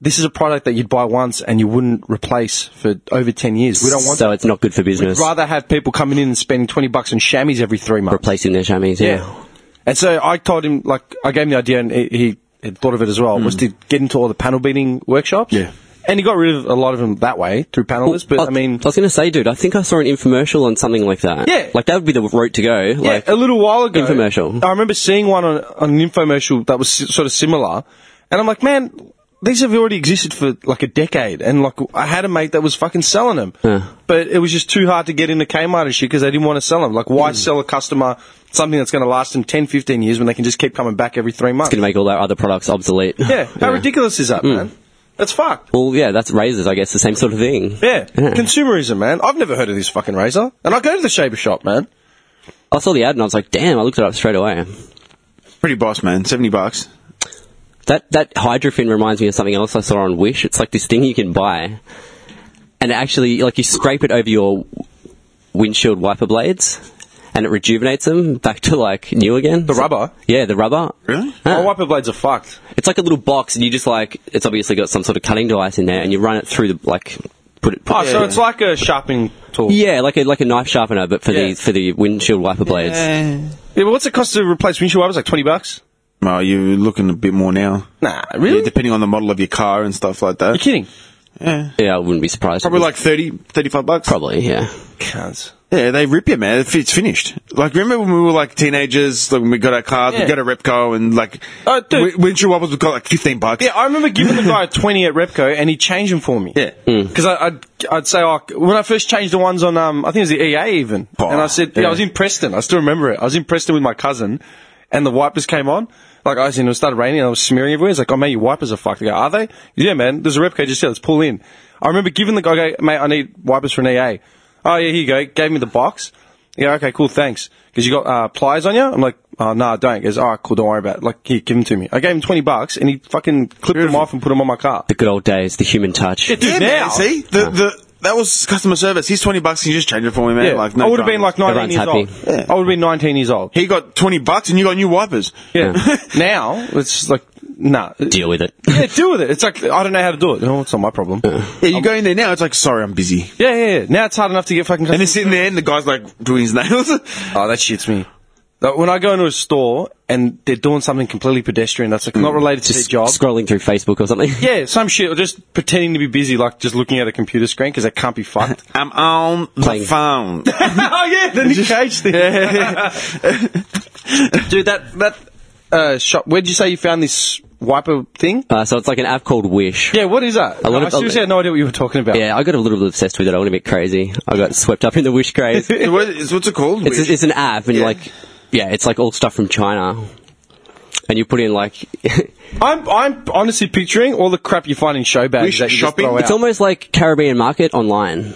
"This is a product that you'd buy once and you wouldn't replace for over ten years. We don't want. so that. it's not good for We'd business. rather have people coming in and spending twenty bucks on chamois every three months." Replacing their chamois. Yeah. Yeah. And so I told him, like, I gave him the idea, and he, he had thought of it as well, was Mm. to get into all the panel beating workshops. Yeah. And he got rid of a lot of them that way through panelists, but I, mean, I was going to say, dude, I think I saw an infomercial on something like that. Yeah. like that would be the route to go. yeah, like a little while ago, Infomercial. I remember seeing one on, on an infomercial that was s- sort of similar, and I'm like, man, these have already existed for like a decade, and like I had a mate that was fucking selling them, but it was just too hard to get into Kmart and shit because they didn't want to sell them. Like, Mm. why sell a customer something that's going to last them 10, 15 years when they can just keep coming back every three months? going to make all our other products obsolete. [laughs] Yeah, Hmm. how ridiculous is that, man? That's fucked. Well, yeah, that's razors. I guess the same sort of thing. Yeah. consumerism, man. I've never heard of this fucking razor, and I go to the shaver shop, man. I saw the ad and I was like, damn, I looked it up straight away. Pretty boss, man. 70 bucks. That that hydrofin reminds me of something else I saw on Wish. It's like this thing you can buy, and it actually, like you scrape it over your windshield wiper blades, and it rejuvenates them back to like new again. The rubber? Oh, Yeah, the rubber. Really? My wiper blades are fucked. It's like a little box, and you just like it's obviously got some sort of cutting device in there, and you run it through the like put it. Put Oh, it so it's like a sharpening tool. yeah, like a like a knife sharpener, but for Yeah. the for the windshield wiper blades. Yeah, but what's it cost to replace windshield wipers? Like twenty bucks. Well, you're looking a bit more now. Nah, Yeah, depending on the model of your car and stuff like that. You're kidding? Yeah, I wouldn't be surprised. Probably like 30, 35 bucks. probably yeah. Cunts. Yeah, they rip you, man. It's it's finished. Like, remember when we were like teenagers, like when we got our cars, Yeah. we got a Repco, and like, Oh, dude. wi- windshield wipers, we got like 15 bucks. Yeah, I remember giving the guy a 20 at Repco and he changed them for me. Yeah. Because I'd, I'd say, oh, when I first changed the ones on, um, I think it was the EA even. Oh, and I said, yeah. yeah. I was in Preston. I still remember it. I was in Preston with my cousin and the wipers came on. Like, I was in, it started raining and I was smearing everywhere. It's like, oh, man, your wipers are fucked. I go, are they? Yeah, man. There's a Repco just here. Let's pull in. I remember giving the guy, I go, mate, I need wipers for an EA. Oh, yeah, here you go. Gave me the box. Yeah, okay, cool, thanks. Because you got uh, pliers on you? I'm like, oh, no, I don't. He goes, all right, cool, don't worry about it. Like, here, give them to me. I gave him 20 bucks and he fucking clipped them off and put them on my car. The good old days, the human touch. Yeah, dude, Yeah, now. man, see? The, the, that was customer service. He's 20 bucks, and you just change it for me, man. Yeah, Like, no I would have been like 19 dramas. years Everyone's old. I would have been 19 years old. He got 20 bucks, and you got new wipers. Yeah. [laughs] now, it's like, nah. Deal with it. Yeah, deal with it. It's like, I don't know how to do it. No, it's not my problem. Yeah, Yeah, you go in there now, it's like, sorry, I'm busy. yeah, yeah. Now it's hard enough to get fucking And customers. then sitting there, and the guy's like, doing his nails. [laughs] Oh, that shits me. Like, when I go into a store and they're doing something completely pedestrian that's like not related to Just their job. scrolling through Facebook or something. yeah, some shit, or just pretending to be busy, like just looking at a computer screen because they can't be fucked. I'm on the [laughs] Playing- phone. [laughs] oh yeah, the Nick Cage thing. [laughs] Dude, that that uh, shop. Where'd you say you found this wiper thing? Uh, so it's like an app called Wish. Yeah, what is that? lot I of- seriously had no idea what you were talking about. Yeah, I got a little bit obsessed with it. I went a bit crazy. I got swept up in the Wish [laughs] craze. it's, What is- what's it called? it's it's an app, and you're like, yeah, it's like all stuff from China. And you put in like, [laughs] I'm I'm honestly picturing all the crap you find in show bags Wish that you shopping. Just throw it's out. almost like Caribbean [laughs] market online,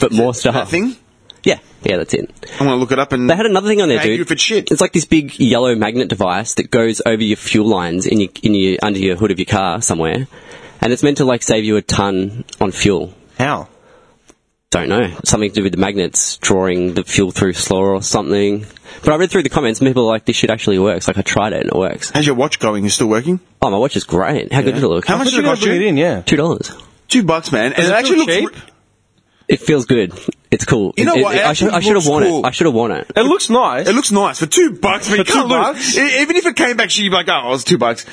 but more stuff. that thing? Yeah, yeah, that's it. I want to look it up and. They had another thing on there, Thank dude. you for shit. It's like this big yellow magnet device that goes over your fuel lines in your, in your under your hood of your car somewhere, and it's meant to like save you a ton on fuel. How? Don't know. Something to do with the magnets drawing the fuel through slower or something. But I read through the comments and people are like, this shit actually works. Like, I tried it and it works. How's your watch going? Is it still working? Oh, my watch is great. How good did it look? How much did it You're gonna cost bring it you? in, yeah. Two dollars. Two bucks, man. And Does it, it actually feel looks. cheap? re- It feels good. It's cool. You know It- it- what? It I should, I actually should have looks worn cool. it. I should have worn it. It looks nice. It looks nice for two bucks, For man. you can't two lose. bucks? E- even if it came back, she'd be like, "Oh, it was two bucks."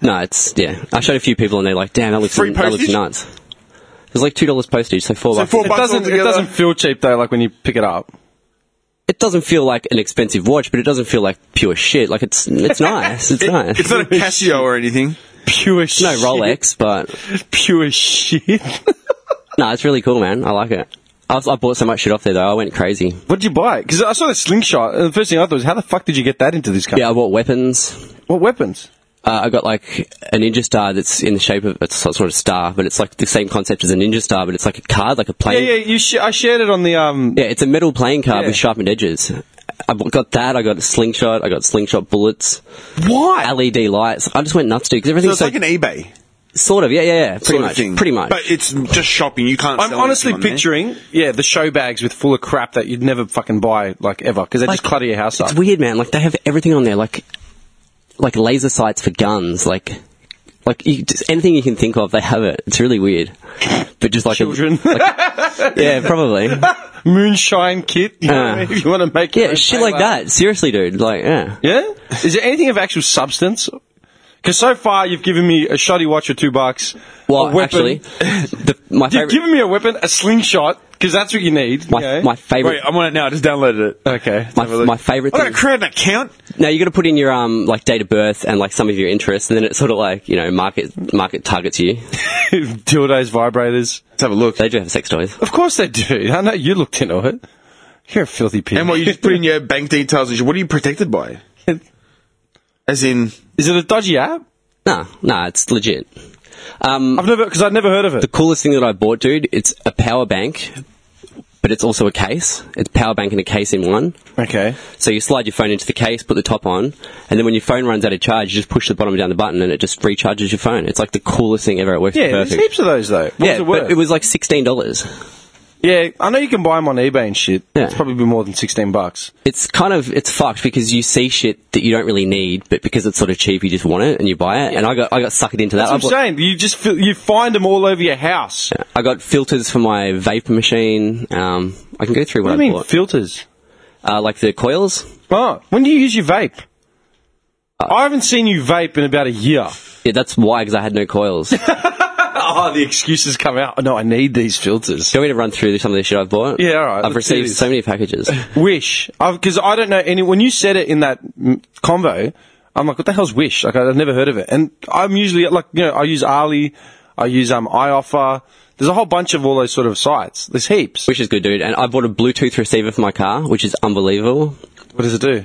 No, it's yeah. I showed a few people and they're like, "Damn, that looks Free that looks postage? nuts." It was like two dollars postage, so four So bucks. four it bucks doesn't it altogether. doesn't feel cheap though. Like when you pick it up. It doesn't feel like an expensive watch, but it doesn't feel like pure shit. Like it's it's nice. It's nice. It's not a [laughs] Casio or anything. Pure shit. no Rolex, but Pure shit. no, it's really cool, man. I like it. I, was, I bought so much shit off there though. I went crazy. What'd you buy? Because I saw the slingshot. and The first thing I thought was, how the fuck did you get that into this country? Yeah, I bought weapons. What weapons? Uh, I got like a ninja star that's in the shape of it's sort of star, but it's like the same concept as a ninja star, but it's like a card, like a Yeah, plane. yeah. You sh- I shared it on the um. Yeah, it's a metal playing card Yeah. with sharpened edges. I b- got that. I got a slingshot. I got slingshot bullets, Why? LED E lights. I just went nuts, dude. Because So everything's it's so, like an eBay sort of, yeah, yeah, yeah, pretty sort much, of thing. pretty much. But it's just shopping. You eh? can't. I'm sell honestly anything on there. picturing, yeah, the show bags with full of crap that you'd never fucking buy, like ever, because they just clutter your house It's up. weird, man. Like they have everything on there, like like laser sights for guns, like like you, just anything you can think of, they have it. It's really weird, but just like a- Children. [laughs] like- [laughs] yeah, probably, [laughs] Moonshine kit. You know what I Uh. mean? if you want to make your yeah, own shit paper. like that. Seriously, dude, like yeah. Yeah? Is there anything of actual substance? Because so far you've given me a shoddy watch for two bucks. a Well, weapon. actually, the, my you've favorite, given me a weapon, a slingshot, because that's what you need. my, okay? my favorite. eh? Wait, I'm on it now. I just downloaded it. okay. my, have a look. my favorite I thing. gotta create an account. Now you got to put in your um like date of birth and like some of your interests, and then it sort of like you know market market targets [laughs] you. Dildos, vibrators. Let's have a look. They do have sex toys. Of course they do. [laughs] I know you looked into it. You're a filthy pig. [laughs] And what you just put in your bank details and shit. What are you protected by? As in, [laughs] Is it a dodgy app? Nah, nah, it's legit. Um, I've never, because I've never heard of it. the coolest thing that I bought, dude, it's a power bank, but it's also a case. It's power bank and a case in one. Okay. So you slide your phone into the case, put the top on, and then when your phone runs out of charge, you just push the bottom down the button, and it just recharges your phone. It's like the coolest thing ever. It works Yeah, there's perfect. heaps of those though. What yeah, was it but worth? it was like sixteen dollars. Yeah, I know you can buy them on eBay and shit. Yeah. It's probably more than 16 bucks. It's kind of it's fucked because you see shit that you don't really need, but because it's sort of cheap, you just want it and you buy it. And I got I got suckered into that. That's I what I'm bought- saying. You just feel, you find them all over your house. I got filters for my vapor machine. Um, I can go through What what, do you I mean, bought. filters? uh, like the coils. Oh, when do you use your vape? I haven't seen you vape in about a [laughs] year. Yeah, that's why because I had [laughs] no coils. Do you Oh, the excuses come out. Oh, no, I need these filters. want me to run through some of the shit I've bought? Yeah, all right, I've let's do received this. so many packages. [laughs] Wish. Because I don't know any. When you said it in that mm, convo, I'm like, what the hell's Wish? Like, I've never heard of it. And I'm usually, like, you know, I use Ali, I use um, iOffer. There's a whole bunch of all those sort of sites. There's heaps. Which is good, dude. And I bought a Bluetooth receiver for my car, which is unbelievable. What does it do?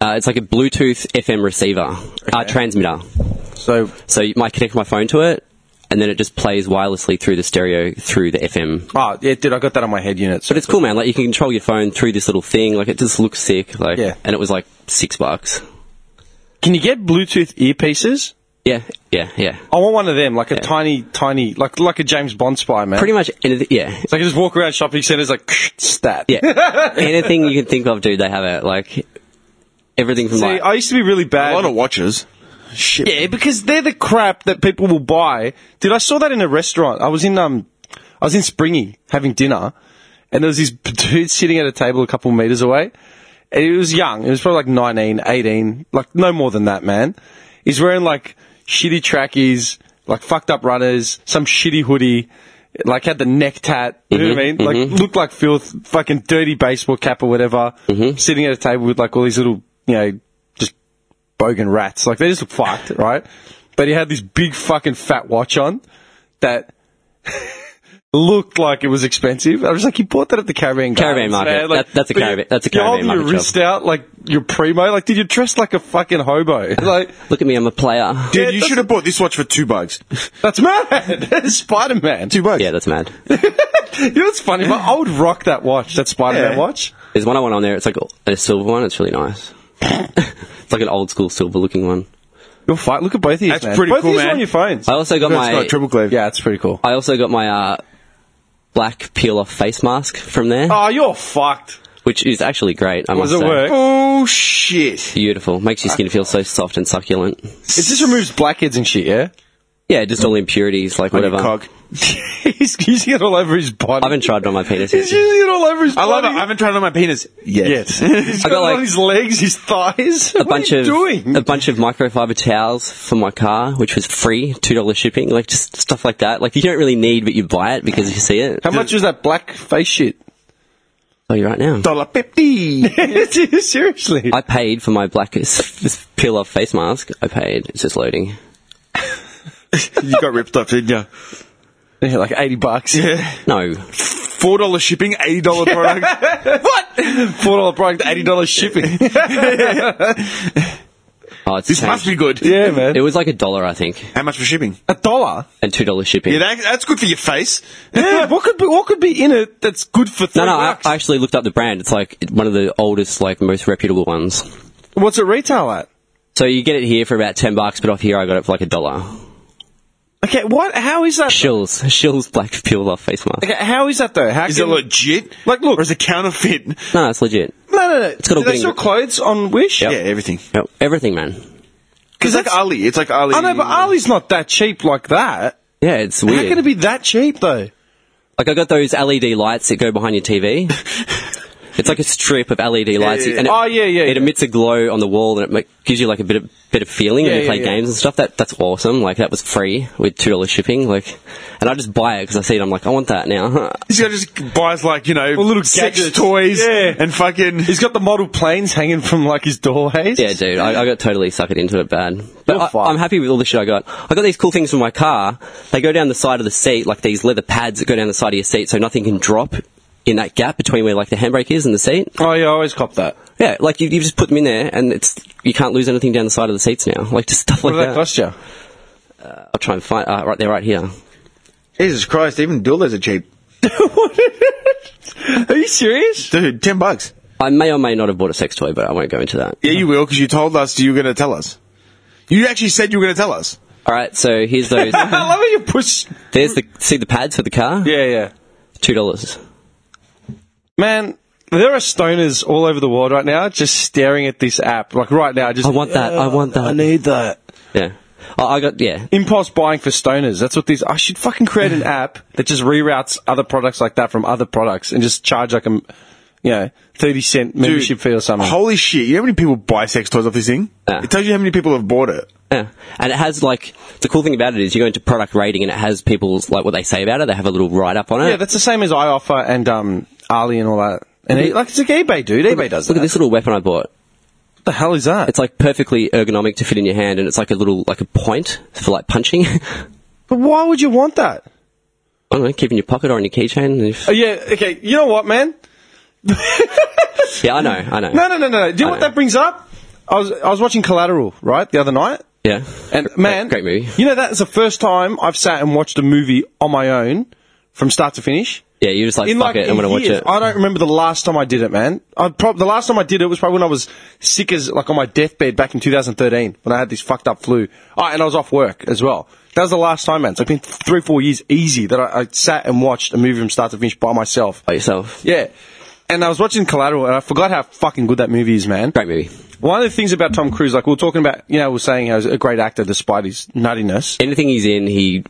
Uh, it's like a Bluetooth FM receiver, uh, transmitter. So, So you might connect my phone to it, and then it just plays wirelessly through the stereo through the FM. oh, yeah, dude, I got that on my head unit. So But it's cool, man. Like you can control your phone through this little thing. Like it just looks sick. Like, Yeah. and it was like six bucks. Can you get Bluetooth earpieces? Yeah, yeah, yeah. I want one of them, like a tiny, tiny, like like a James Bond spy, man. Pretty much anything. Yeah, So I can just walk around shopping centres like stat. yeah. anything you can think of, dude. They have it. Like everything from See, like I used to be really A bad. lot of watches. yeah, because they're the crap that people will buy. Dude, I saw that in a restaurant. I was in um, I was in Springy having dinner, and there was this [laughs] dude sitting at a table a couple meters away. And he was young. He was probably like 19, 18, like no more than that, man. He's wearing like shitty trackies, like fucked up runners, some shitty hoodie, like had the neck tat. You know what I mean? Like looked like filth, fucking dirty baseball cap or whatever. Sitting at a table with like all these little, you know, just bogan rats. Like they just look fucked, right? But he had this big fucking fat watch on that [laughs] looked like it was expensive. I was like, he bought that at the Caribbean Caravan Gardens, market. man. Like, That- that's a like, caravan- that's a you're caravan holding market your wrist out like your primo. Like, dude, you're dressed like a fucking hobo. [laughs] Like, look at me, I'm a player. Dude, Yeah, you that's- should have bought this watch for two bucks. that's mad. [laughs] Spider Man. Two bucks. [laughs] Yeah, that's mad. You know what's funny? But I would rock that watch, that Spider Man Yeah. watch. There's one I want on there. It's like a silver one. It's really nice. [laughs] it's like an old school silver looking one. You'll fight. Look at both of these. That's man. pretty both cool, of these are man. on your phones. I also got That's my got triple glaive. yeah, it's pretty cool. I also got my uh, black peel off face mask from there, Oh, you're fucked. which is actually great. I Does must it say. work? Oh shit. Beautiful. Makes your skin feel so soft and succulent. It just removes blackheads and shit, yeah? Yeah, just all impurities, like On your whatever. cock. [laughs] He's using it all over his body. I haven't tried it on my penis. [laughs] He's yet. using it all over his I love body. it. I haven't tried it on my penis yet. Yes. He's I got it got, on like, his legs, his thighs. A what bunch are you of doing? a bunch of microfiber towels for my car, which was free, two dollar shipping, like just stuff like that. Like you don't really need, but you buy it because you see it. How much was that black face shit? Oh, you right now. [laughs] Dollar fifty. Seriously. I paid for my black peel off face mask. I paid. It's just loading. you got ripped off, didn't you? Yeah, like 80 bucks. Yeah. No, Four dollar shipping, eighty [laughs] dollar product. $4 product, $80 shipping. oh, it's this changed. must be [laughs] good. yeah, man. It was like a dollar, I think, How much for shipping? a dollar? and two dollar shipping. Yeah, that, that's good for your face. Yeah, what could be, what could be in it that's good for three no, no, I, bucks? I actually looked up the brand. It's like one of the oldest, like most reputable ones. What's it retail at? So you get it here for about ten bucks, but off here I got it for like a dollar. Okay, what, how is that? Shills, [laughs] Shills black peel off face mask. Okay, how is that though? How Is it can, legit? Like, look. or is it counterfeit? No, it's legit. No, no, no. It's got Do all they green- sell clothes on Wish? Yeah, everything. Yep, everything, man. Because like Ali, it's like Ali. I know, but Ali's not that cheap like that. Yeah, it's How weird. can it be that cheap though? like I got those LED lights that go behind [laughs] your TV. it's like a strip of LED lights, yeah, and it, yeah. Oh, yeah, yeah, it yeah. emits a glow on the wall, and it make, gives you like a bit of bit of feeling Yeah, when you play yeah, yeah. games and stuff. That that's awesome. Like that was free with two dollars shipping. Like, and I just buy it because I see it. I'm like, I want that now. [laughs] This guy just buys like you know Well, little sex gadgets. toys Yeah. and fucking. He's got the model planes hanging from like his doorways. Yeah, dude, I, I got totally suckered into it bad. You're But fucked. I, I'm happy with all the shit I got. I got these cool things for my car. They go down the side of the seat, like these leather pads that go down the side of your seat, so nothing can drop in that gap between where like the handbrake is and the seat. Oh yeah, I always cop that. Yeah, like you, you just put them in there, and it's you can't lose anything down the side of the seats now. Like just stuff What like did that that. cost you? I'll try and find uh, right there, right here. Jesus Christ! Even dildos are cheap, [laughs] Are you serious? dude. Ten bucks. I may or may not have bought a sex toy, but I won't go into that. Yeah, you will because you told us you were going to tell us. You actually said you were going to [laughs] tell us. All right, so here's those. I love how you push. there's the see the pads for the car. Yeah, yeah. Two dollars. Man, there are stoners all over the world right now just staring at this app. Like right now, just I want that. I want that. Uh, need that. yeah. Oh, I got yeah. Impulse buying for stoners. That's what these. I should fucking create [sighs] an app that just reroutes other products like that from other products and just charge like a, m- you know, thirty cent membership fee or something. Holy shit! You know how many people buy sex toys off this thing? Yeah. It tells you how many people have bought it. Yeah. And it has like the cool thing about it is you go into product rating and it has people's like what they say about it. They have a little write up on it. yeah, that's the same as I offer and um Ali and all that. And Look he, at- like it's like eBay, dude. look, eBay does look that. at this little weapon I bought. What the hell is that? It's like perfectly ergonomic to fit in your hand, and it's like a little like a point for like punching. [laughs] I but why would you want that? don't know, keep in your pocket or in your keychain. and if- Oh, yeah. Okay. You know what, man? Yeah, I know, I know. No, no, no, no. no. Do you know I what know. that brings up? I was I was watching Collateral right the other night. Yeah, And man, great movie. You know that is the first time I've sat and watched a movie on my own from start to finish. Yeah, you're just like In fuck like it. I'm gonna watch years. it. I don't remember the last time I did it, man. I prob- the last time I did it was probably when I was sick as like on my deathbed back in 2013 when I had this fucked up flu. Oh, and I was off work as well. That was the last time, man. So it's been three, four years easy that I, I sat and watched a movie from start to finish by myself. By yourself. Yeah. And I was watching Collateral and I forgot how fucking good that movie is, man. Great movie. One of the things about Tom Cruise, like we were talking about, you know, we we're saying how he's a great actor despite his nuttiness. Anything he's in, he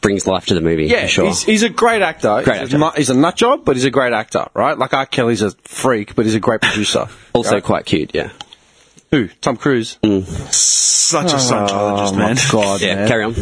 brings life to the movie. Yeah, for sure. he's, he's a great actor. Great he's, actor. A nut, he's a nut job, but he's a great actor, right? Like R. Kelly's a freak, but he's a great [laughs] producer. also Right? quite cute. Yeah. who? Tom Cruise. Such a Scientologist, oh man. my [laughs] god, Yeah. man. Carry on.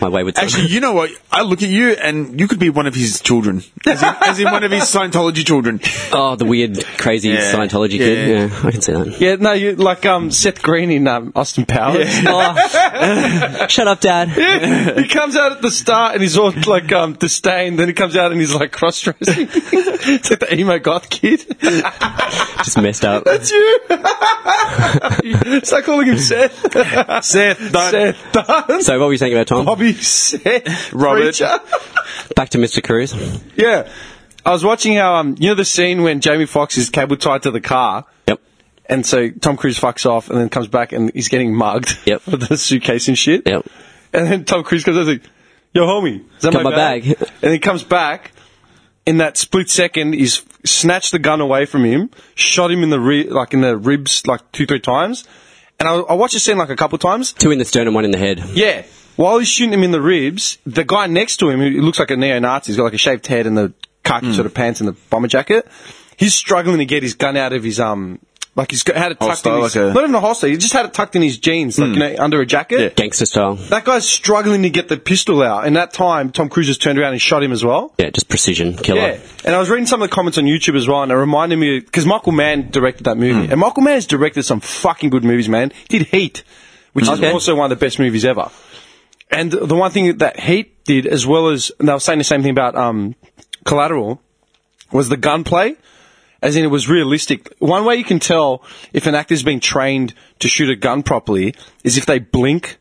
My wayward. son. Actually, you know what? I look at you, and you could be one of his children, as in, as in one of his Scientology children. oh, the weird, crazy Yeah. Scientology Yeah. kid. Yeah. I can see that. Yeah, no, you like um, Seth Green in um, Austin Powers. [laughs] Oh. shut up, Dad. Yeah, [laughs] he comes out at the start and he's all like um, disdain. Then he comes out and he's like cross-dressing. [laughs] it's like the emo goth [laughs] kid. Just messed up. That's you. Start calling him [laughs] Seth. Seth, don't. Seth Dunn. So, what were you saying about Tom? Bobby Seth. Robert. Preacher. [laughs] Back to Mr. Cruise. yeah. I was watching how, um, you know the scene when Jamie Foxx is cable tied to the car? Yep. And so Tom Cruise fucks off and then comes back and he's getting mugged [laughs] Yep. for the suitcase and shit. Yep. And then Tom Cruise comes out and like, yo, homie, is that Got my my bag? bag. [laughs] and he comes back. In that split second, he's snatched the gun away from him, shot him in the re- like in the ribs like two, three times. And I, I watched the scene like a couple times. Two in the sternum, one in the head. Yeah. While he's shooting him in the ribs, the guy next to him, who looks like a neo-Nazi, he's got like a shaved head and the khaki sort of pants and the bomber jacket. He's struggling to get his gun out of his um, like he's got, had it tucked Holster, in his, like a- not even a holster. He just had it tucked in his jeans, like you know, under a jacket. Gangster style. That guy's struggling to get the pistol out. And that time, Tom Cruise just turned around and shot him as well. Yeah, just precision killer. Yeah, and I was reading some of the comments on YouTube as well, and it reminded me because Michael Mann directed that Hmm. movie, and Michael Mann has directed some fucking good movies. Man, he did Heat, which Okay. is also one of the best movies ever. And the one thing that Heat did, as well as and they were saying the same thing about um, Collateral, was the gunplay. As in, it was realistic. One way you can tell if an actor's been trained to shoot a gun properly is if they blink,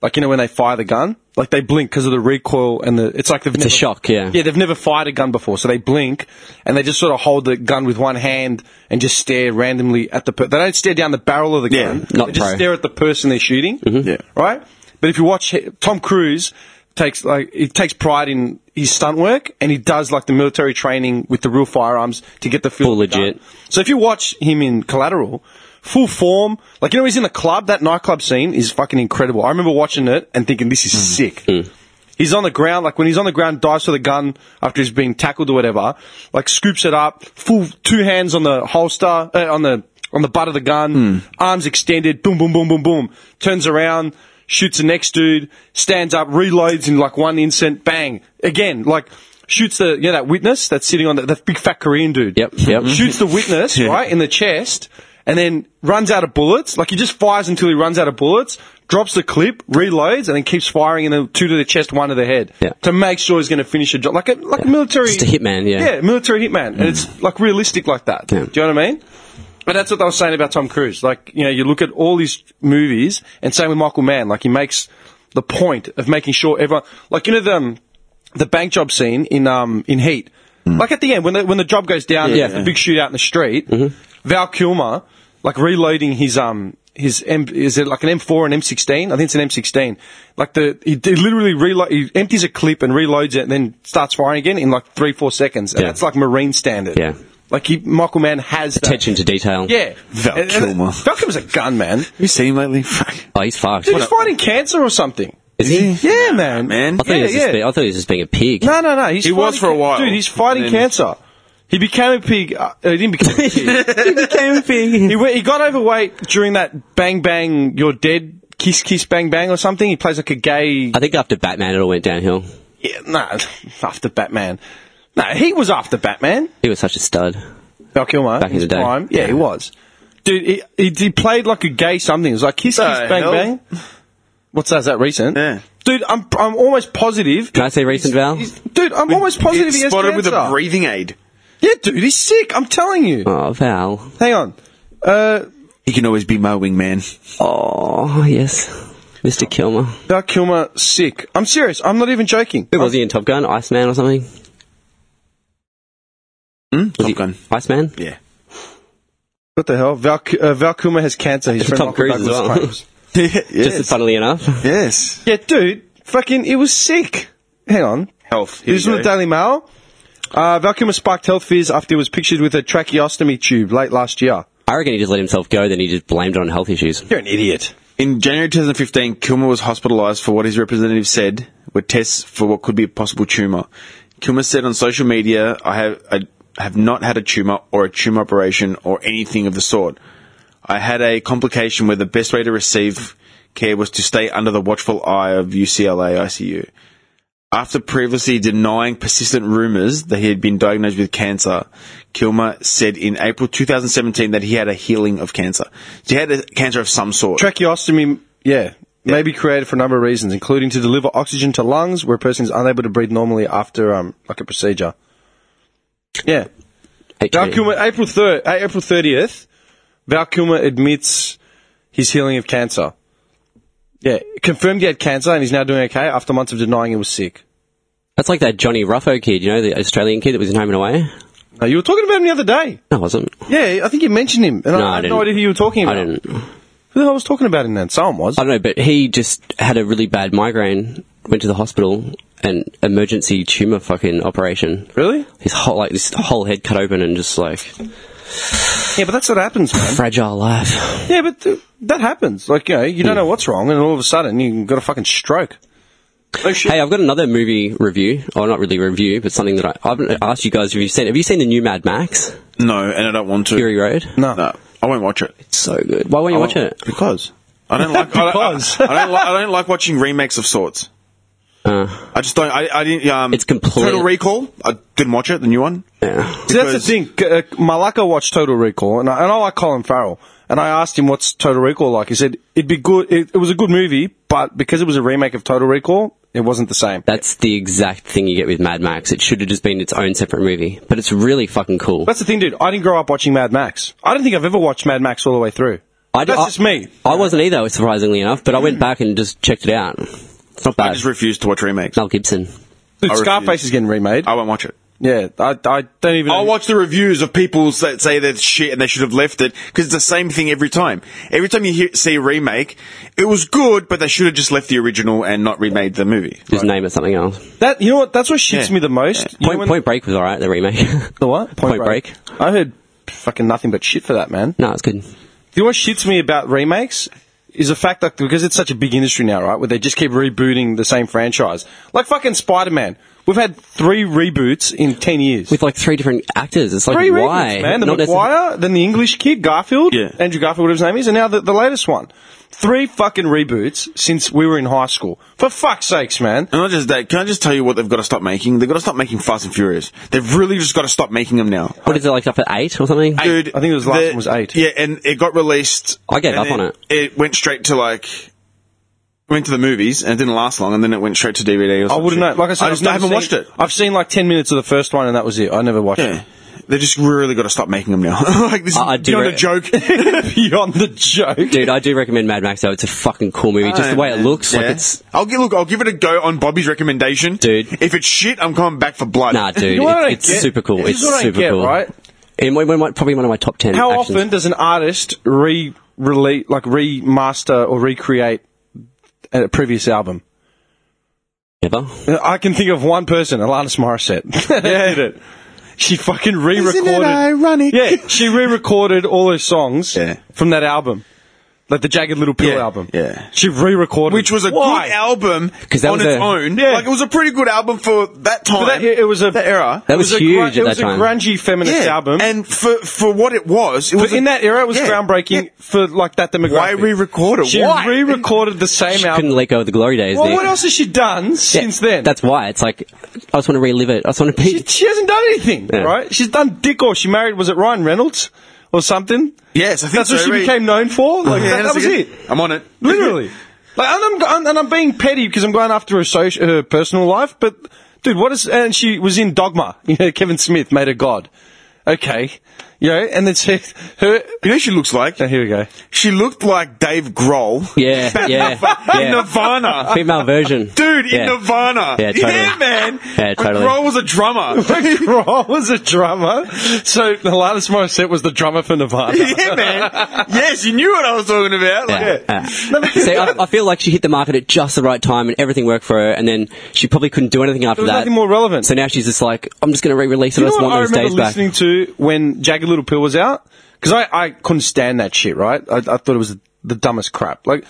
like you know when they fire the gun, like they blink because of the recoil and the. It's like they've It's a shock, yeah. yeah, they've never fired a gun before, so they blink and they just sort of hold the gun with one hand and just stare randomly at the. Per- they don't stare down the barrel of the Yeah, gun. not Mm-hmm. they just pro. stare at the person they're shooting. Yeah. Right. But if you watch he- Tom Cruise takes like he takes pride in his stunt work and he does like the military training with the real firearms to get the feel. Full of the gun. legit. So if you watch him in Collateral. Full form, like you know, he's in the club. That nightclub scene is fucking incredible. I remember watching it and thinking, "This is Mm. sick." He's on the ground, like when he's on the ground, dives for the gun after he's been tackled or whatever. Like scoops it up, full two hands on the holster, uh, on the on the butt of the gun, Hmm. arms extended, boom, boom, boom, boom, boom. Turns around, shoots the next dude, stands up, reloads in like one instant, bang, again, like. Shoots the you know that witness that's sitting on the, that big fat Korean dude. Yep, yep. Shoots the witness right in the chest, and then runs out of bullets. Like he just fires until he runs out of bullets, drops the clip, reloads, and then keeps firing. And then two to the chest, one to the head, Yeah. to make sure he's going to finish a job, like a like a military, Just a hitman, yeah. Mm. yeah, military hitman, and it's like realistic like that. Yeah. Do you know what I mean? But that's what I was saying about Tom Cruise. Like you know, you look at all these movies, and same with Michael Mann. Like he makes the point of making sure everyone, like you know the um, the bank job scene in um in Heat. Like at the end when the when the job goes down, yeah, Mm. Yeah. Mm-hmm. the big shootout in the street. Val Kilmer like reloading his um his M, is it like an M4 and M16? I think it's an M16. Like the he, he literally reload, he empties a clip and reloads it and then starts firing again in like three four seconds. And Yeah. that's like Marine standard. Yeah. Like he, Michael Mann has that. Attention to detail. Yeah, Val And- and Kilmer. Val Kilmer's a gun man. you seen him lately? Fuck. Oh, he's fucked. Dude, What he's a- fighting cancer or something. Is he? Yeah, man. man. I thought, he Yeah, was just yeah. be- I thought he was just being a pig. No, no, no. He's He was fighting for a ca- while. Dude, he's fighting Then- cancer. He became a pig. Uh, he didn't become a pig. [laughs] he became a pig. he, went, he got overweight during that Bang Bang, You're Dead, Kiss Kiss Bang Bang or something. He plays like a gay. I think after Batman, it all went downhill. Yeah, no, after Batman. No, he was after Batman. He was such a stud. Val Kilmer. Back in his the day. prime. Yeah, he was. Dude, he, he, he played like a gay something. It was like Kiss The Kiss Bang hell? Bang. What's that? Is that recent? Yeah. Dude, I'm, I'm almost positive. Can I say recent, Val? He's- Dude, I'm almost positive he has spotted with a cancer. breathing aid. Yeah, dude, he's sick. I'm telling you. Oh, Val. Hang on. Uh, He can always be my wingman. Oh, yes. Mr. Kilmer. Val Kilmer, sick. I'm serious. I'm not even joking. Who was he in Top Gun? Iceman or something? Top Gun. Iceman? Yeah. What the hell? Val, uh, Val Kilmer has cancer. He's It's Tom Cruise as well. yes. Just funnily enough. yes. yeah, dude, fucking, it was sick. Hang on. Health. Here This is you from the go. Daily Mail. Uh, Val Kilmer sparked health fears after he was pictured with a tracheostomy tube late last year. I reckon he just let himself go, then he just blamed it on health issues. You're an idiot. In January 2015, Kilmer was hospitalised for what his representative said were tests for what could be a possible tumour. Kilmer said on social media, "I have I have not had a tumour or a tumour operation or anything of the sort. I had a complication where the best way to receive care was to stay under the watchful eye of UCLA ICU." After previously denying persistent rumours that he had been diagnosed with cancer, Kilmer said in April 2017 that he had a healing of cancer. So he had a cancer of some sort. Tracheostomy, yeah, may be created for a number of reasons, including to deliver oxygen to lungs where a person is unable to breathe normally after um, like a procedure. Yeah. Val Actually, Kilmer, April third, April thirtieth, Val Kilmer admits his healing of cancer. Yeah, confirmed he had cancer and he's now doing okay after months of denying he was sick. That's like that Johnny Ruffo kid, you know, the Australian kid that was in Home and Away. Now, you were talking about him the other day. No, I wasn't. Yeah, I think you mentioned him, and No, I, I had didn't. no idea who you were talking I about. didn't. Who the hell was talking about him then? Someone was. I don't know, but he just had a really bad migraine, went to the hospital, and emergency tumor fucking operation. really? His whole like this whole head cut open and just like Yeah, but that's what happens, man. fragile life. yeah, but th- that happens. Like you know, you Hmm. don't know what's wrong, and all of a sudden you got a fucking stroke. Oh shit! Hey, I've got another movie review, or not really review, but something that I, I haven't asked you guys. Have you seen? Have you seen the new Mad Max No, and I don't want to. Fury Road? no. No, I won't watch it. So good. Why won't you watch it? Because I don't like I don't- [laughs] Because. I, I don't like I don't like watching remakes of sorts. Uh, I just don't. I, I didn't. Um, It's complete- Total Recall. I didn't watch it. The new one. yeah. [laughs] See, that's the because- thing. C- Uh, Malaka watched Total Recall, and I, and I like Colin Farrell. And I asked him, "What's Total Recall like?" He said, "It'd be good. It, it was a good movie, but because it was a remake of Total Recall, it wasn't the same." That's the exact thing you get with Mad Max. It should have just been its own separate movie, but it's really fucking cool. That's the thing, dude. I didn't grow up watching Mad Max. I don't think I've ever watched Mad Max all the way through. I, that's I- just me. I wasn't either, surprisingly enough, but I went back and just checked it out. It's not I bad. just refuse to watch remakes. Mel Gibson. Dude, I Scarface refuse. is getting remade. I won't watch it. yeah, I, I don't even. I'll watch the reviews of people that say that shit and they should have left it because it's the same thing every time. Every time you hear, see a remake, it was good, but they should have just left the original and not remade the movie. Just name it something else. that. You know what? That's what shits Yeah. me the most. You know Point, when- Point Break was alright, the remake. [laughs] The what? Point, Point I heard fucking nothing but shit for that, man. no, it's good. You know what shits me about remakes is the fact that because it's such a big industry now, right? Where they just keep rebooting the same franchise, like fucking Spider Man. We've had three reboots in ten years. With like three different actors. It's like, three why? reboots, man. The Not necess- McGuire, then the English kid Garfield, Yeah. Andrew Garfield, whatever his name is, and now the, the latest one. Three fucking reboots since we were in high school. For fuck's sakes, man. And not just that. Can I just tell you what they've got to stop making? They've got to stop making Fast and Furious. They've really just got to stop making them now. What is it, like up at eight or something? dude. I think it was last one was eight. Yeah, and it got released. I gave and up on it. It went straight to like went to the movies and it didn't last long, and then it went straight to DVD. Or I some wouldn't shit. know. Like I said, I've just never haven't seen- watched it. I've seen like ten minutes of the first one, and that was it. I never watched it. Yeah, they just really got to stop making them now. [laughs] like this is I- I do beyond re- a [laughs] joke. [laughs] beyond the joke. Dude, I do recommend Mad Max though. It's a fucking cool movie. Oh, Just the way it looks, like Yeah. it's. I'll give look. I'll give it a go on Bobby's recommendation, Dude. If it's shit, I'm coming back for blood. Nah, dude. You know what I it- don't it's get? super cool. This It's is what I super get, cool. right? And one- one- probably one of my top ten. How actions. often does an artist re release, like remaster or recreate a previous album? Never. I can think of one person, Alanis Morissette. [laughs] yeah, it. She fucking re-recorded. ironic? Yeah, she re-recorded all her songs Yeah. from that album, like the Jagged Little Pill Yeah, album. yeah. she re-recorded, Which was a Why? good album that on was its a- own. Yeah. Like, it was a pretty good album for that time. But that- e, it was a that era. That was it a huge grun- at it that was time. a grungy feminist yeah. album, And for, for what it was, it but was. a- in that era, it was yeah. groundbreaking for like that demographic. Why re-record it? She Why? re-recorded the same She album. couldn't let go of the glory days. Well, Nick. what else has she done Yeah, since then? That's why it's like I just want to relive it. I just want to be. she, she hasn't done anything, Yeah. right? She's done dick or she married was it Ryan Reynolds or something? Yes, I think that's so, what she right? became known for. [laughs] Like Yeah, that, that that's was a it, good- I'm on it. [laughs] literally. [laughs] like, and I'm, I'm and I'm being petty because I'm going after her social, her personal life, but dude, what is? And she was in Dogma. [laughs] You know, Kevin Smith made her god. Okay, you know, and then she, her. You know what she looks like? Oh, [laughs] here we go. She looked like Dave Grohl. [laughs] [laughs] Yeah, yeah, In yeah. [laughs] Nirvana. Female version, Dude, in Yeah. Nirvana. Yeah, totally. Yeah, man. Yeah, When totally. Grohl was a [laughs] drummer. [laughs] Raw was a drummer, so Alanis Morissette was the drummer for Nirvana. [laughs] [laughs] yeah, man. Yes, you knew what I was talking about. Like, Yeah. yeah. See, I, I feel like she hit the market at just the right time, and everything worked for her. And then she probably couldn't do anything after There was that. nothing more relevant. So now she's just like, I'm just going to re-release it. Do I you just know what I want those remember days back. listening to when Jagged Little Pill was out? Because I, I couldn't stand that shit, right? I, I thought it was the dumbest crap. Like,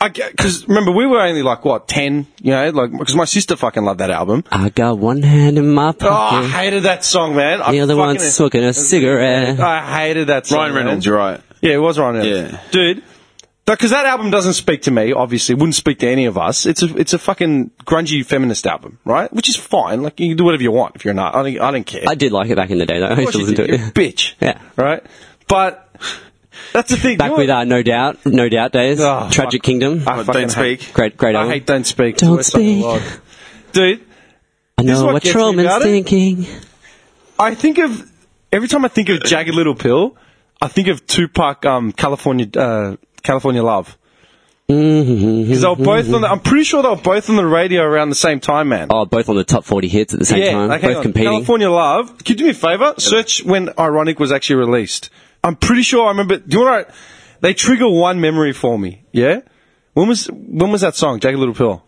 I because remember we were only like what ten, you know, like because my sister fucking loved that album. I got one hand in my Oh, I pocket, hated that song, man. I the other fucking- Uh, one's smoking a cigarette. I hated that song. Ryan man. Reynolds, you're right. Yeah, it was Ryan Reynolds. Yeah. dude. Because that album doesn't speak to me, obviously. It wouldn't speak to any of us. It's a it's a fucking grungy feminist album, right? Which is fine. Like you can do whatever you want if you're not. I don't, I don't care. I did like it back in the day, though. I used course to you listen did, to it. you bitch. Yeah. Right? But that's the thing. Back you know with what- uh, No Doubt, No Doubt days, Oh, Tragic fuck. Kingdom. I fucking Don't hate- Speak. great, great album. I hate Don't Speak. Don't It's the worst song in the Speak. world. Dude, I is know what what gets me about it. Trollman's thinking. I think of every time I think of Jagged Little Pill, I think of Tupac um California uh, California Love. Mm-hmm. Because they were both on the, I'm pretty sure they were both on the radio around the same time, man. Oh, both on the top 40 hits at the same time, like, hang both on. competing. California Love. Can you do me a favor? Search when Ironic was actually released. I'm pretty sure I remember. Do you want to? They trigger one memory for me. Yeah. When was when was that song? Jagged Little Pill.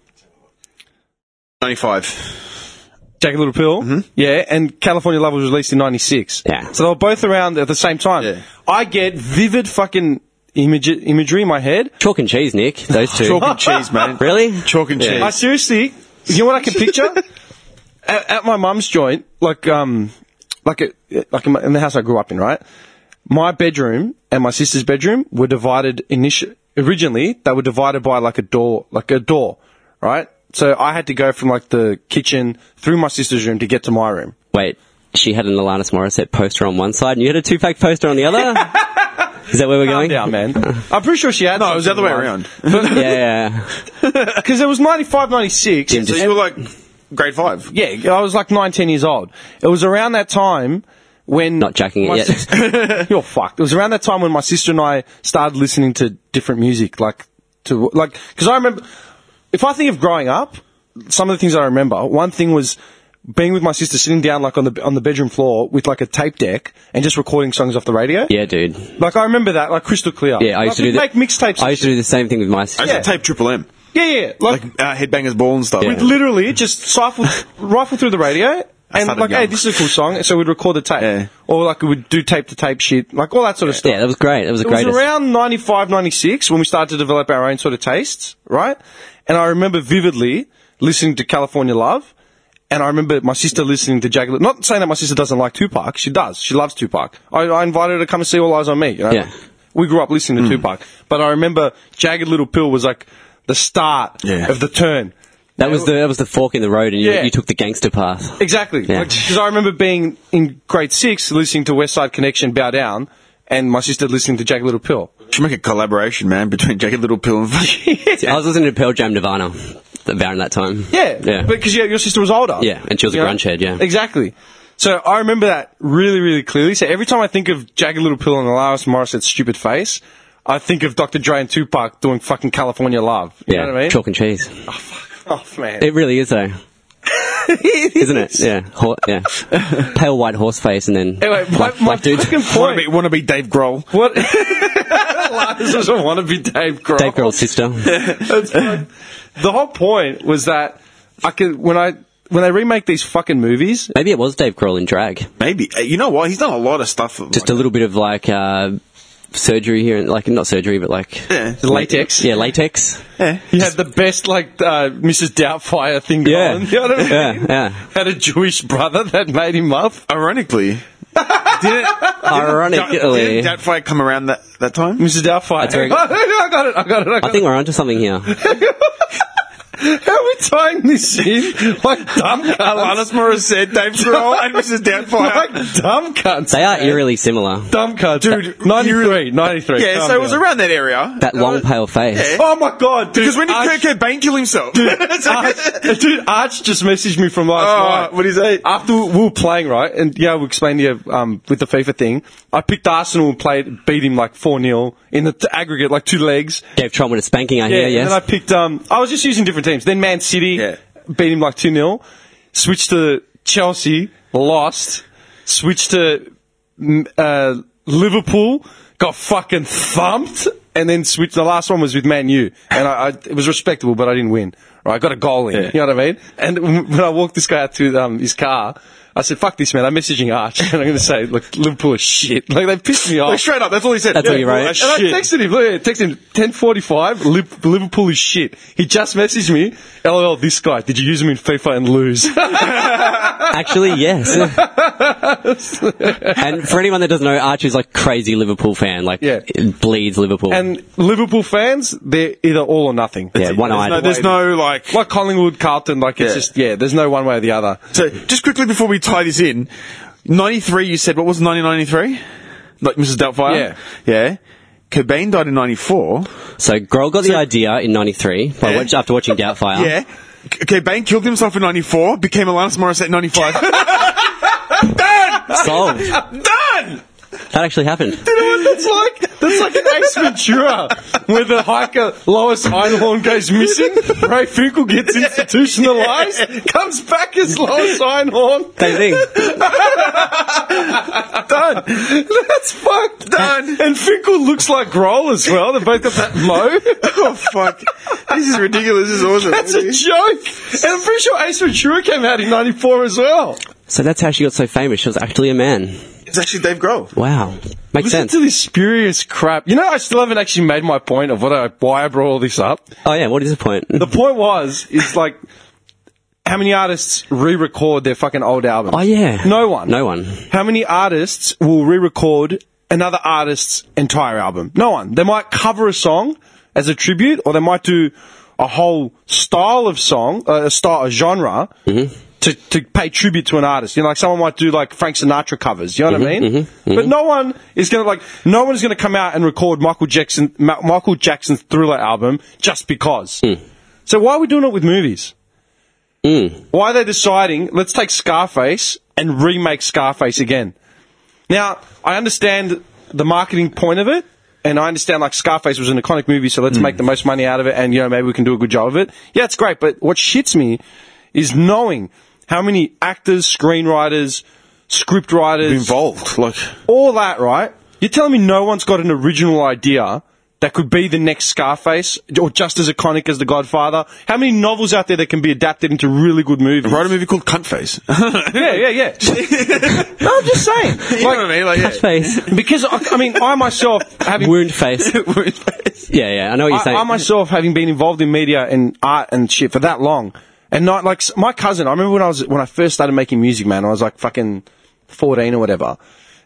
95. Jagged Little Pill. Yeah, and California Love was released in '96. Mm-hmm. Yeah. So they were both around at the same time. Yeah. I get vivid fucking image, imagery in my head. Chalk and cheese, Nick. Those two. Chalk and [laughs] cheese, man. Really? Chalk and I cheese. Uh, seriously, you know what I can [laughs] picture? at, at my mum's joint, like um, like a, like in, my, in the house I grew up in, right? My bedroom and my sister's bedroom were divided initially. Originally, they were divided by like a door, like a door, right? So I had to go from like the kitchen through my sister's room to get to my room. Wait, she had an Alanis Morissette poster on one side, and you had a two-pack poster on [laughs] the other? Is that where we're Calm going? down, [laughs] man. I'm pretty sure she had. No, oh, it was the other way around. [laughs] Yeah, yeah. Because it was 95, 96. So you were like grade five. Yeah, I was like 19 years old. It was around that time when Not jacking it my yet. sis- [laughs] you're fucked. It was around that time when my sister and I started listening to different music, like to like because I remember if I think of growing up, some of the things I remember. One thing was being with my sister, sitting down like on the on the bedroom floor with like a tape deck and just recording songs off the radio. Yeah, dude. Like I remember that, like crystal clear. Yeah, I used Like, to do we'd that. Make mixtapes. I used to do the same thing with my I sister. used to tape Triple M. yeah, yeah. Like, Like uh, Headbangers Ball and stuff. Yeah. literally just [laughs] rifle, rifle through the radio and started like, young. hey, this is a cool song. So we'd record the tape, Yeah. or like we'd do tape to tape shit, like all that sort of stuff. Yeah, that was great. That was the it was greatest. around 95, 96 when we started to develop our own sort of tastes, right? And I remember vividly listening to California Love. And I remember my sister listening to Jagged Little. Not saying that my sister doesn't like Tupac. She does. She loves Tupac. I, I invited her to come and see All Eyes on Me. You know? Yeah. Hmm. We grew up listening to Tupac. But I remember Jagged Little Pill was like the start Yeah. of the turn. that was the that was the fork in the road, and you, Yeah. you took the gangster path. Exactly. Yeah. Because I remember being in grade six listening to West Side Connection Bow Down and my sister listening to Jack Little [laughs] Pill. Should make a collaboration, man, between Jagged Little Pill and See, I was listening to Pearl Jam Nirvana about that time. Yeah. yeah. Because your, your sister was older. Yeah, and she was a You know? grunge head, yeah. Exactly. So I remember that really, really clearly. So every time I think of Jagged Little Pill and Alanis Morissette's stupid face, I think of Dr. Dre and Tupac doing fucking California Love. You [laughs] yeah. know what I mean? Chalk and cheese. Off, Oh, man. It really is though. isn't it? Yeah, Ho- yeah. Pale white horse face, and then [laughs] Anyway, my, black, my black dude. fucking Want to point. be, wanna be Dave Grohl? [laughs] What? [laughs] Lars doesn't want to be Dave Grohl. Dave Grohl's sister. [laughs] It's like- the whole point was that I could when I when they remake these fucking movies, Maybe it was Dave Grohl in drag. Maybe. Uh, You know what? He's done a lot of stuff. Just a little bit of like uh, surgery here, and like not surgery, but like Yeah. latex. yeah, latex. eh. He had the best like uh, Mrs. Doubtfire thing Yeah. going. [laughs] You know what I mean? Yeah, [laughs] yeah. Had a Jewish brother that made him up. Ironically, [laughs] Ironically, did that fight come around that, that time? Mrs. Doubtfire. That's very good. I got it. I got it. I got I think we're onto [laughs] something here. it. How are we tying this in? [laughs] Like dumb Alanis cunts. Morissette, Dave Grohl, and Mrs. like [laughs] Doubtfire. dumb cunts. They are eerily similar. dumb cunts. Dude, 93. 93. Yeah, Calm so it was down. around that area. Uh, That long pale face. Oh my god, dude. Because when did Arch- Kurt Cobain kill himself? [laughs] It's like- Arch, [laughs] dude, Arch just messaged me from last Oh, night. what is that? After we were playing, right, and yeah, we explained to you um, with the FIFA thing. I picked Arsenal and played, beat him like four 0 in the t- aggregate, like two legs. Gave Tron with a spanking, I hear, and then I yes. picked. Um, I was just using different teams. Then Man City Yeah. beat him like two 0 Switched to Chelsea, lost. Switched to mm, uh, Liverpool, got fucking thumped, and then switched. The last one was with Man U, and I, I it was respectable, but I didn't win. Right, I got a goal in. You know what I mean? And w- when I walked this guy out to um, his car. I said, "Fuck this, man! I'm messaging Arch, [laughs] and I'm going to say, look, Liverpool are shit. Like they pissed [laughs] me off. Like, straight up, that's all he said. That's all you wrote. well, And shit. I texted him, look, texted him, 1045, Liv- Liverpool is shit. He just messaged me, lol, this guy, did you use him in FIFA and lose? [laughs] Actually, yes. and for anyone that doesn't know, Archie's like crazy Liverpool fan. Like, Yeah. it bleeds Liverpool. and Liverpool fans, they're either all or nothing. yeah, one There's no, eyed. there's no, like. Like Collingwood, Carlton, like it's Yeah. just, yeah, there's no one way or the other. So, just quickly before we tie this in, 93, you said, what was 1993? Like Mrs. Doubtfire? Yeah. Yeah. Cobain died in 94. So Grohl got the idea in '93 by Yeah. watch, after watching Doubtfire. Yeah. C- Cobain killed himself in 94, became Alanis Morissette in [laughs] 95. [laughs] Solved. Done. That actually happened. You know what that's like? That's like an Ace Ventura, where the hiker Lois Einhorn goes missing, Ray Finkel [laughs] gets institutionalized, comes back as Lois Einhorn. Same thing. done. That's fucked. Done. And Finkel looks like Grohl as well. They both got that [laughs] mo. oh, fuck. This is ridiculous. This is awesome. That's a joke. And I'm pretty sure Ace Ventura came out in '94 as well. So that's how she got so famous. She was actually a man. it's actually Dave Grohl. Wow. Makes Listen sense. to this spurious crap. You know, I still haven't actually made my point of what I why I brought all this up. Oh yeah. What is [laughs] the point? The point was is like. How many artists re-record their fucking old albums? Oh yeah. no one. No one. How many artists will re-record another artist's entire album? No one. They might cover a song as a tribute, or they might do a whole style of song, uh, a style, a genre. Mm-hmm. To, to pay tribute to an artist, you know, like someone might do like Frank Sinatra covers, you know what I Mm-hmm, mean? But no one is gonna like, no one is gonna come out and record Michael Jackson, Ma- Michael Jackson's Thriller album just because. Hmm. So why are we doing it with movies? Why are they deciding, let's take Scarface and remake Scarface again? Now, I understand the marketing point of it, and I understand like Scarface was an iconic movie, so let's make the most money out of it, and you know, maybe we can do a good job of it. Yeah, it's great, but what shits me is knowing how many actors, screenwriters, script writers, Involved. Like, all that, right? You're telling me no one's got an original idea that could be the next Scarface or just as iconic as The Godfather? How many novels out there that can be adapted into really good movies? [laughs] wrote a movie called Cuntface. Yeah, yeah, yeah. [laughs] no, I'm just saying. you know what I mean? Like, yeah. Face. Because, I, I mean, I myself, having. [laughs] Wound face. Yeah, yeah. I know what you're I, saying. I myself, having been involved in media and art and shit for that long, and not like s- my cousin. I remember when I was when I first started making music, man. I was like fucking fourteen or whatever,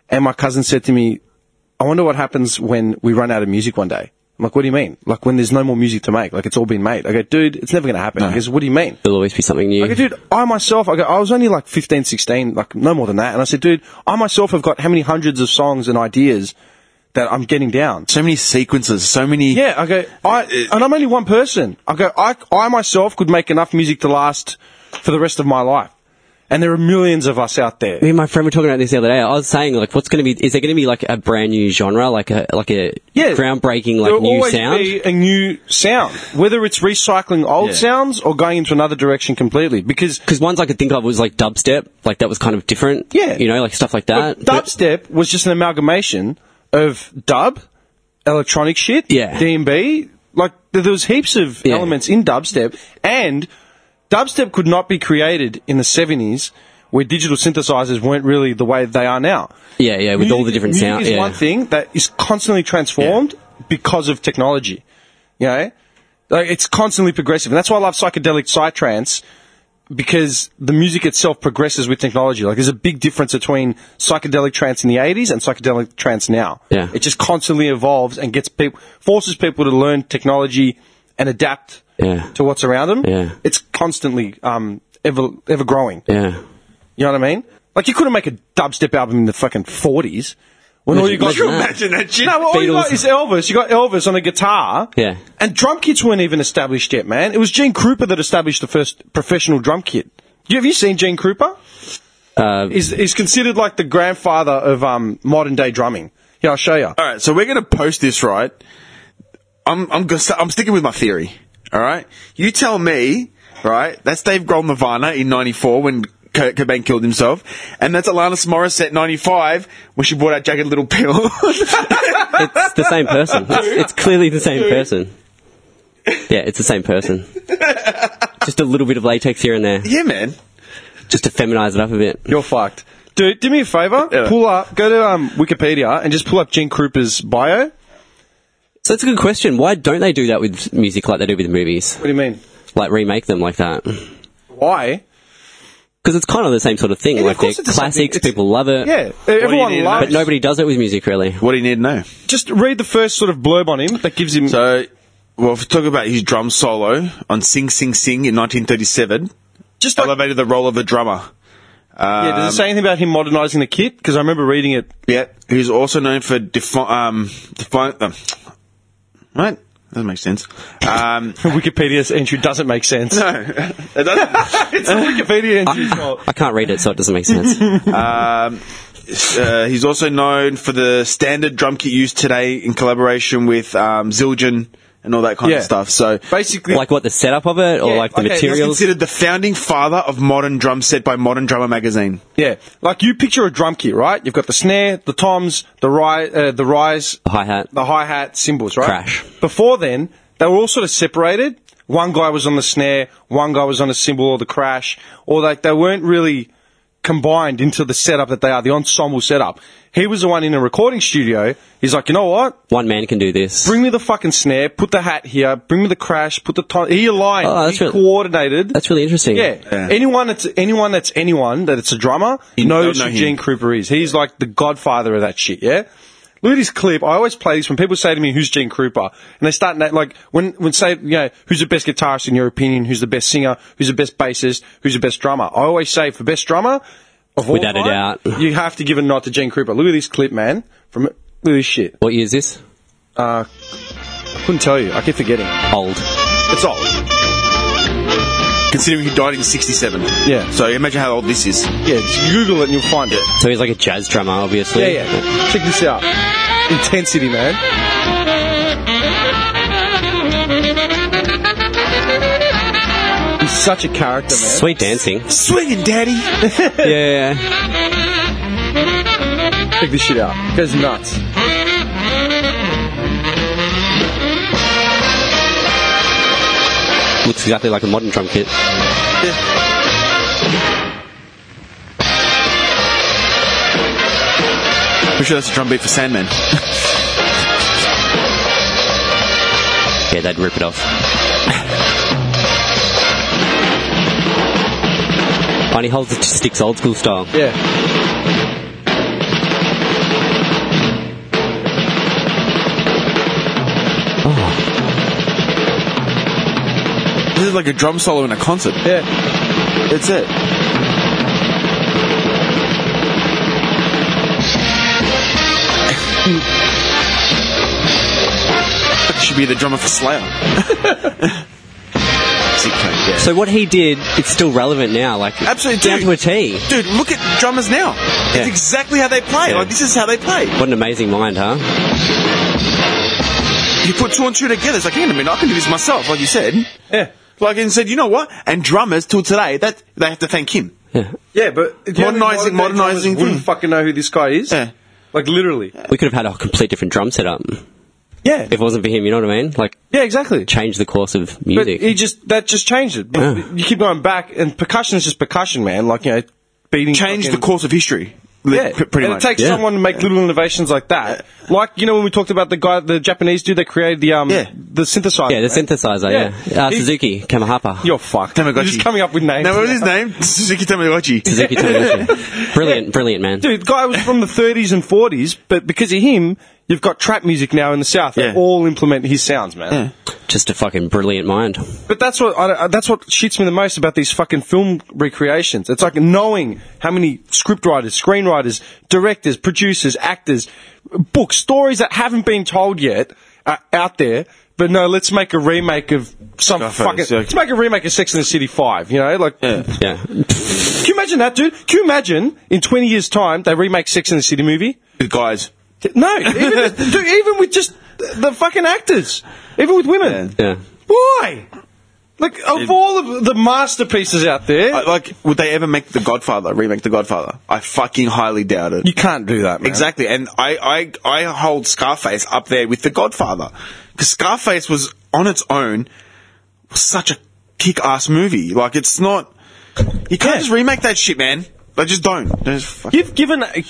and my cousin said to me, "I wonder what happens when we run out of music one day." I'm like, "What do you mean? Like when there's no more music to make? Like it's all been made?" I go, "Dude, it's never gonna happen." He goes, "What do you mean?" There'll always be something I go, new. dude, I myself, I go, I was only like 15, 16, like no more than that. And I said, dude, I myself have got how many hundreds of songs and ideas that I'm getting down. So many sequences, so many. Yeah, I go, I, and I'm only one person. I go, I, I myself could make enough music to last for the rest of my life. And there are millions of us out there. Me and my friend were talking about this the other day. I was saying, like, what's going to be? Is there going to be like a brand new genre, like a like a Yeah. groundbreaking There like will new always sound? be a new sound, whether it's recycling old Yeah. sounds or going into another direction completely. Because Because ones I could think of was like dubstep, like that was kind of different. Yeah. you know, like stuff like that. But- dubstep was just an amalgamation of dub, electronic shit, Yeah. DMB. Like th- there was heaps of Yeah. elements in dubstep, and dubstep could not be created in the seventies where digital synthesizers weren't really the way they are now. yeah, yeah, with all the different music sounds. is Yeah. one thing that is constantly transformed because of technology. You know, like it's constantly progressive, and that's why I love psychedelic psytrance because the music itself progresses with technology. Like there's a big difference between psychedelic trance in the 80s and psychedelic trance now. Yeah. It just constantly evolves and gets people forces people to learn technology and adapt Yeah. to what's around them. Yeah. It's constantly um, ever ever growing. Yeah, You know what I mean? Like you couldn't make a dubstep album in the fucking forties. When all you got, Imagine that. Imagine that shit. no, well, all you got Beatles. is Elvis. You got Elvis on a guitar. Yeah. And drum kits weren't even established yet, man. It was Gene Krupa that established the first professional drum kit. You, have you seen Gene Krupa? Uh, he's, he's considered like the grandfather of um, modern day drumming. Yeah, I'll show you. All right, so we're going to post this, right? I'm I'm go- I'm sticking with my theory. All right, you tell me, right? That's Dave Grohl Nirvana in '94 when Kurt Cobain killed himself, and that's Alanis Morissette '95 when she brought out Jagged Little Pill. [laughs] it's the same [laughs] person. It's, it's clearly the same person. Yeah, it's the same [laughs] person. Just a little bit of latex here and there, yeah, man. just to feminize it up a bit. You're fucked. Dude, do me a favor. Yeah. Pull up, go to um, Wikipedia and just pull up Gene Krupa's bio. So that's a good question. Why don't they do that with music like they do with movies? What do you mean? Like remake them like that? Because Why? it's kind of the same sort of thing. Yeah, of like they're course it's the same thing. classics, It's- people love it. Yeah, everyone need to loves. But nobody does it with music, really. What do you need to know? Just read the first sort of blurb on him that gives him. So, well, if we talk about his drum solo on Sing Sing Sing in 1937, just like- elevated the role of a drummer. yeah, does it say anything about him modernising the kit? Because I remember reading it. [laughs] Yeah, who's also known for defi- um, defi- um, right? Doesn't make sense. Um, Wikipedia's entry doesn't make sense. [laughs] no, it [laughs] doesn't. it's a Wikipedia entry. I can't read it, so it doesn't [laughs] make sense. Uh, he's also known for the standard drum kit used today in collaboration with um, Zildjian and all that kind yeah, of stuff. So basically, like what the setup of it, or Yeah, like the okay, that's he's materials. considered the founding father of modern drum set by Modern Drummer magazine. yeah, like you picture a drum kit, right? You've got the snare, the toms, the ri- uh, the rise, The hi hat. the hi hat, cymbals, right? Crash. Before then, they were all sort of separated. One guy was on the snare, one guy was on a cymbal or the crash, or like they weren't really combined into the setup that they are, the ensemble setup. He was the one in a recording studio. He's like, you know what? One man can do this. Bring me the fucking snare. Put the hat here. Bring me the crash. Put the time. He aligned. Oh, that's he really- coordinated. That's really interesting. yeah. Yeah. Anyone that's anyone that's anyone that it's a drummer knows know who him. Gene Krupa is. He's like the godfather of that shit. Yeah. Look at his clip. I always play this when people say to me, "Who's Gene Krupa?" and they start na- like when when say you know who's the best guitarist in your opinion, who's the best singer, who's the best bassist, who's the best drummer. I always say for best drummer of all Without a time, doubt. you have to give a nod to Gene Krupa. Look at this clip, man. From look at this shit. What year is this? Couldn't tell you. I keep forgetting. Old. It's old. Considering he died in '67. Yeah. So imagine how old this is. Yeah, just Google it and you'll find it. So he's like a jazz drummer, obviously. Yeah, yeah. Check this out. Intensity, man. He's such a character, man. Sweet dancing. Swinging, daddy. yeah, yeah, yeah. Check this shit out. Goes nuts. Looks exactly like a modern drum kit. I'm sure that's a drum beat for Sandman. Yeah, they'd rip it off. [laughs] And he holds the sticks old school style. Yeah. This is like a drum solo in a concert. Yeah. That's it. Should be the drummer for Slayer. Zip code. So what he did, it's still relevant now. Like Absolutely, down dude. to a T. Dude, look at drummers now. It's Yeah. exactly how they play. Yeah. Like this is how they play. What an amazing mind, huh? You put two and two together. It's like, hang on a minute, I can do this myself, like you said. Yeah. Like and said, you know what? And drummers till today, that they have to thank him. Yeah. Yeah, but it's Modernising- modernising Wouldn't thing. fucking know who this guy is. Yeah. Like literally. We could have had a complete different drum setup Yeah. if it wasn't for him. You know what I mean? Like yeah, exactly. change the course of But music. he just that just changed it. But Yeah. You keep going back, and percussion is just percussion, man. Like you know, beating Change the fucking- course of history. Li- Yeah, pr- pretty and much. It takes Yeah. someone to make little innovations like that. Like you know when we talked about the guy, the Japanese dude that created the um Yeah. the synthesizer. yeah, the man. synthesizer. Yeah, Yeah. Uh, He- Suzuki Kamahapa. You're fucked. Tamagotchi. You're just coming up with names. Now what was his name? [laughs] Suzuki Tamagotchi. [laughs] Suzuki Tamagotchi. Brilliant, brilliant man. Dude, the guy was from the 30s and 40s, but because of him, you've got trap music now in the South. They Yeah. all implement his sounds, man. Just a fucking brilliant mind. But that's what I, I- that's what shits me the most about these fucking film recreations. It's like knowing how many scriptwriters, screenwriters, directors, producers, actors, books, stories that haven't been told yet are out there. But no, let's make a remake of some Scarface, fucking. yeah. Let's make a remake of Sex and the City Five. You know, like. Yeah. Can you imagine that, dude? Can you imagine in twenty years' time they remake Sex and the City movie? Guys. No, even, dude, even with just the fucking actors, even with women. Yeah. Why? Like of all of the masterpieces out there, I- Like, would they ever make The Godfather, remake The Godfather? I fucking highly doubt it. you can't do that. Man. Exactly, and I, I I hold Scarface up there with The Godfather because Scarface was on its own such a kick-ass movie. Like it's not you can't Yeah. just remake that shit, man. Like just don't. Just fuck- You've given like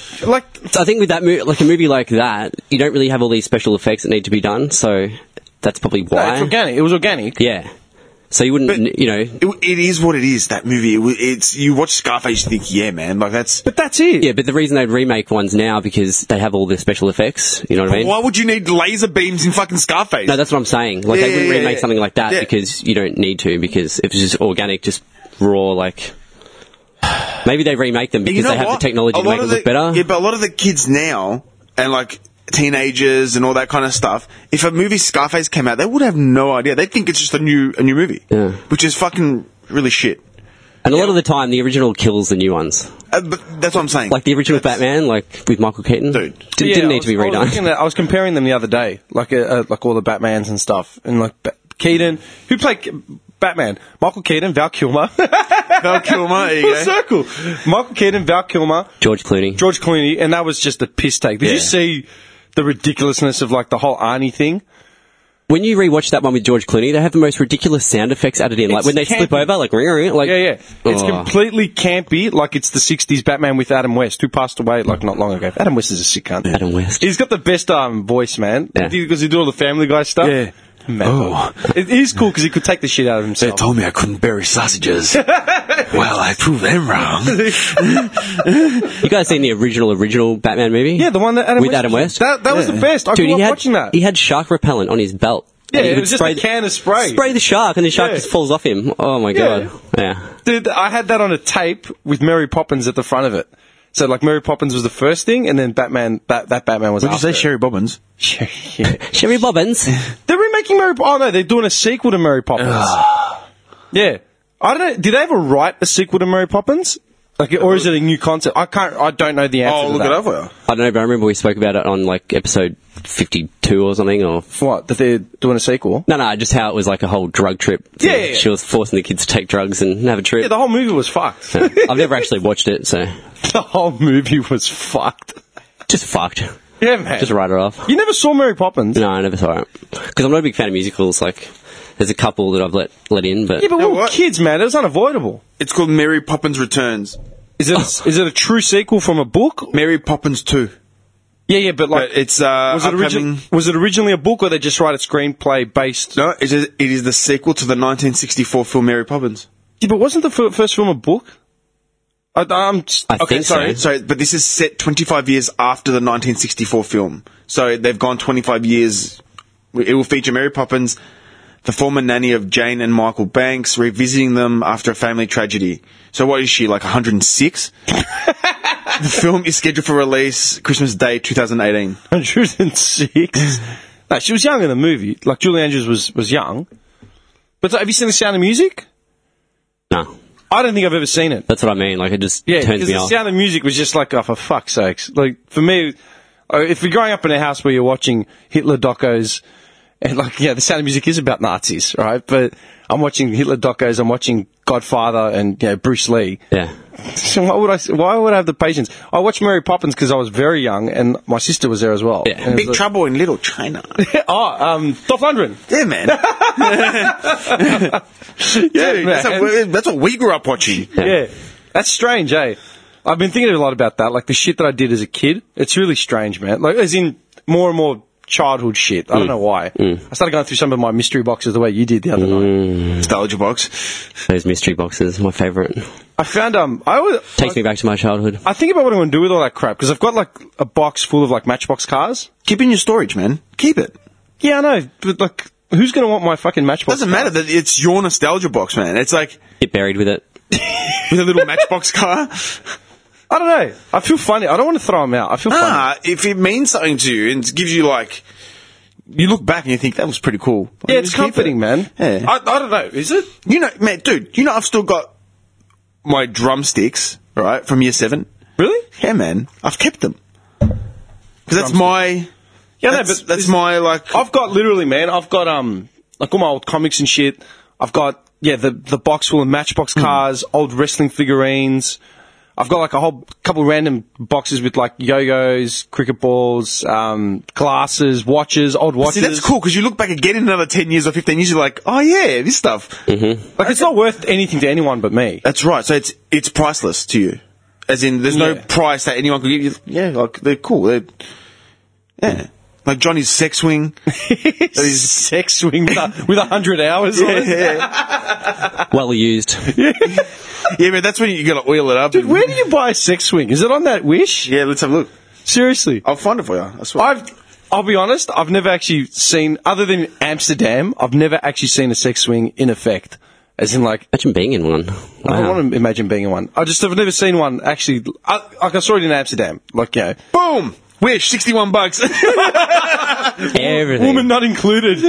So I think with that movie, like a movie like that, you don't really have all these special effects that need to be done. So that's probably no, why. it's organic. It was organic. yeah. So you wouldn't, But- you know. It, it is what it is. That movie. It, wa- it's you watch Scarface, you think, yeah, man. Like that's. But that's it. Yeah, but the reason they'd remake ones now because they have all the special effects. You know what I mean? Why would you need laser beams in fucking Scarface? No, that's what I'm saying. Like Yeah, they wouldn't yeah, yeah, remake yeah. something like that Yeah. because you don't need to because if it's just organic, just raw. Like maybe they remake them because You know they have what? the technology A to lot make it of look the- better. Yeah, but a lot of the kids now and like teenagers and all that kind of stuff. If a movie Scarface came out, they would have no idea. They think it's just a new a new movie, Yeah. which is fucking really shit. and a lot of the time, the original kills the new ones. Uh, but that's what I'm saying. Like the original Batman, like with Michael Keaton, Dude. Did, Yeah, not I need was- to be I was looking redone. at- I was comparing them the other day, like uh, uh, like all the Batmans and stuff, and like ba- Keaton, who played K- Batman, Michael Keaton, Val Kilmer, [laughs] Val [laughs] Kilmer, [laughs] there you Full go. circle, Michael Keaton, Val Kilmer, George Clooney. George Clooney, and that was just a piss take. Did you Yeah. see the ridiculousness of like the whole Arnie thing? When you rewatch that one with George Clooney, they have the most ridiculous sound effects added in. Like It's when they campy. flip over, like ring, ring, like Yeah, yeah. It's Oh. completely campy, like it's the '60s Batman with Adam West, who passed away like not long ago. Adam West is a sick cunt. Adam West. He's got the best um voice, man. Yeah. Because he did all the Family Guy stuff. Yeah. Man, Oh. it is cool because he could take the shit out of himself. me I couldn't bury sausages. well, I proved them wrong. You guys seen the original original Batman movie? yeah, the one that Adam with West Adam did. West. That, that was the best. I grew Dude, he up had, watching that. He had shark repellent on his belt. Yeah, And he it would was just a can of spray. Spray the shark, and the shark Yeah. just falls off him. Oh my Yeah. god! Yeah, Dude, I had that on a tape with Mary Poppins at the front of it. So like Mary Poppins was the first thing, and then Batman that, that Batman was. Would you after say Sherry Bobbins? it. Yeah. [laughs] Sherry Bobbins. They're remaking Mary. Oh no, they're doing a sequel to Mary Poppins. yeah, I don't know. Did they ever write a sequel to Mary Poppins? Like, or is it a new concept? I can't. I don't know the answer. Oh, to look that. it up. well. I don't know, but I remember we spoke about it on like episode fifty-two or something. Or What that they're doing a sequel? no, no, just how it was like a whole drug trip. So Yeah, yeah, yeah. she was forcing the kids to take drugs and have a trip. Yeah, the whole movie was fucked. [laughs] I've never actually watched it, so [laughs] the whole movie was fucked. just fucked. Yeah, man. Just write it off. You never saw Mary Poppins. No, I never saw it because I'm not a big fan of musicals. Like, there's a couple that I've let let in, but Yeah, but we know were what? kids, man. It was unavoidable. It's called Mary Poppins Returns. Is it? Is it a true sequel from a book? Mary Poppins 2. Yeah, yeah, but like But it's, uh, was it, origi- upcoming- was it originally a book, or they just write a screenplay based? No, it is, it is the sequel to the 1964 film Mary Poppins. Yeah, but wasn't the fir- first film a book? I, I'm just- I Okay, think sorry, [laughs] so. sorry, but this is set 25 years after the 1964 film. So they've gone 25 years. It will feature Mary Poppins, the former nanny of Jane and Michael Banks, revisiting them after a family tragedy. So what is she, like 106? the film is scheduled for release Christmas Day 2018. 106. no, she was young in the movie. Like Julie Andrews was was young. But like, have you seen The Sound of Music? No. I don't think I've ever seen it. That's what I mean. Like, it just Yeah, turns because me the off. sound of music was just like, oh, for fuck's sakes. Like, for me, uh, if you're growing up in a house where you're watching Hitler docos, [laughs] and like, yeah, the sound of music is about Nazis, right? But I'm watching Hitler docos, I'm watching Godfather and, you know, Bruce Lee. yeah. [laughs] So why would I, why would I have the patience? I watched Mary Poppins because I was very young and my sister was there as well. Yeah. And it Big was Trouble in Little China. like, oh, um, Dolph [laughs] Lundgren. yeah, [laughs] man. yeah, that's, man. what we- that's what we grew up watching. Yeah. That's strange, eh? I've been thinking a lot about that. Like the shit that I did as a kid. It's really strange, man. Like, as in more and more childhood shit. I don't know why. I started going through some of my mystery boxes the way you did the other night. Nostalgia box. Those mystery boxes, my favourite. I found, um, I was. Takes me back to my childhood. I think about what I'm going to do with all that crap because I've got like a box full of like matchbox cars. Keep it in your storage, man. Keep it. Yeah, I know. But like, who's going to want my fucking matchbox? Doesn't car? matter that it's your nostalgia box, man. It's [laughs] like Get buried with it. [laughs] with a little matchbox car. I don't know. I feel funny. I don't want to throw them out. I feel funny. Ah, if it means something to you and gives you like, you look back and you think that was pretty cool. Yeah, Like, it's just keep comforting, it. man. Yeah. I, I don't know. Is it? you know, man, dude. You know, I've still got my drumsticks right from year seven. Really? Yeah, man, I've kept them because that's my. Yeah, no, that's, but that's this- my like. I've got literally, man. I've got um, like all my old comics and shit. I've got yeah, the the box full of Hmm. Matchbox cars, old wrestling figurines. I've got like a whole couple random boxes with like yo-yos, cricket balls, um, glasses, watches, old watches. See, that's cool because you look back again in another ten years or fifteen years, you're like, oh yeah, this stuff. Like it's not worth anything to anyone but [laughs] me. That's right. So it's it's priceless to you, as in there's no Yeah. price that anyone could give you. Yeah, like they're cool. They're, yeah, like Johnny's sex [laughs] swing. These sex swing with a, with a hundred hours. on it. Well used. Yeah, man, that's when you gotta oil it up. Dude, and- where do you buy a sex swing? Is it on that Wish? yeah, let's have a look. Seriously. I'll find it for you. I swear. I've I'll be honest, I've never actually seen other than Amsterdam, I've never actually seen a sex swing in effect. As in like Imagine being in one. I don't Wow. want to imagine being in one. I just have never seen one actually I, like I saw it in Amsterdam. Like you know, Boom. Wish sixty-one bucks. Everything. [laughs] woman not included.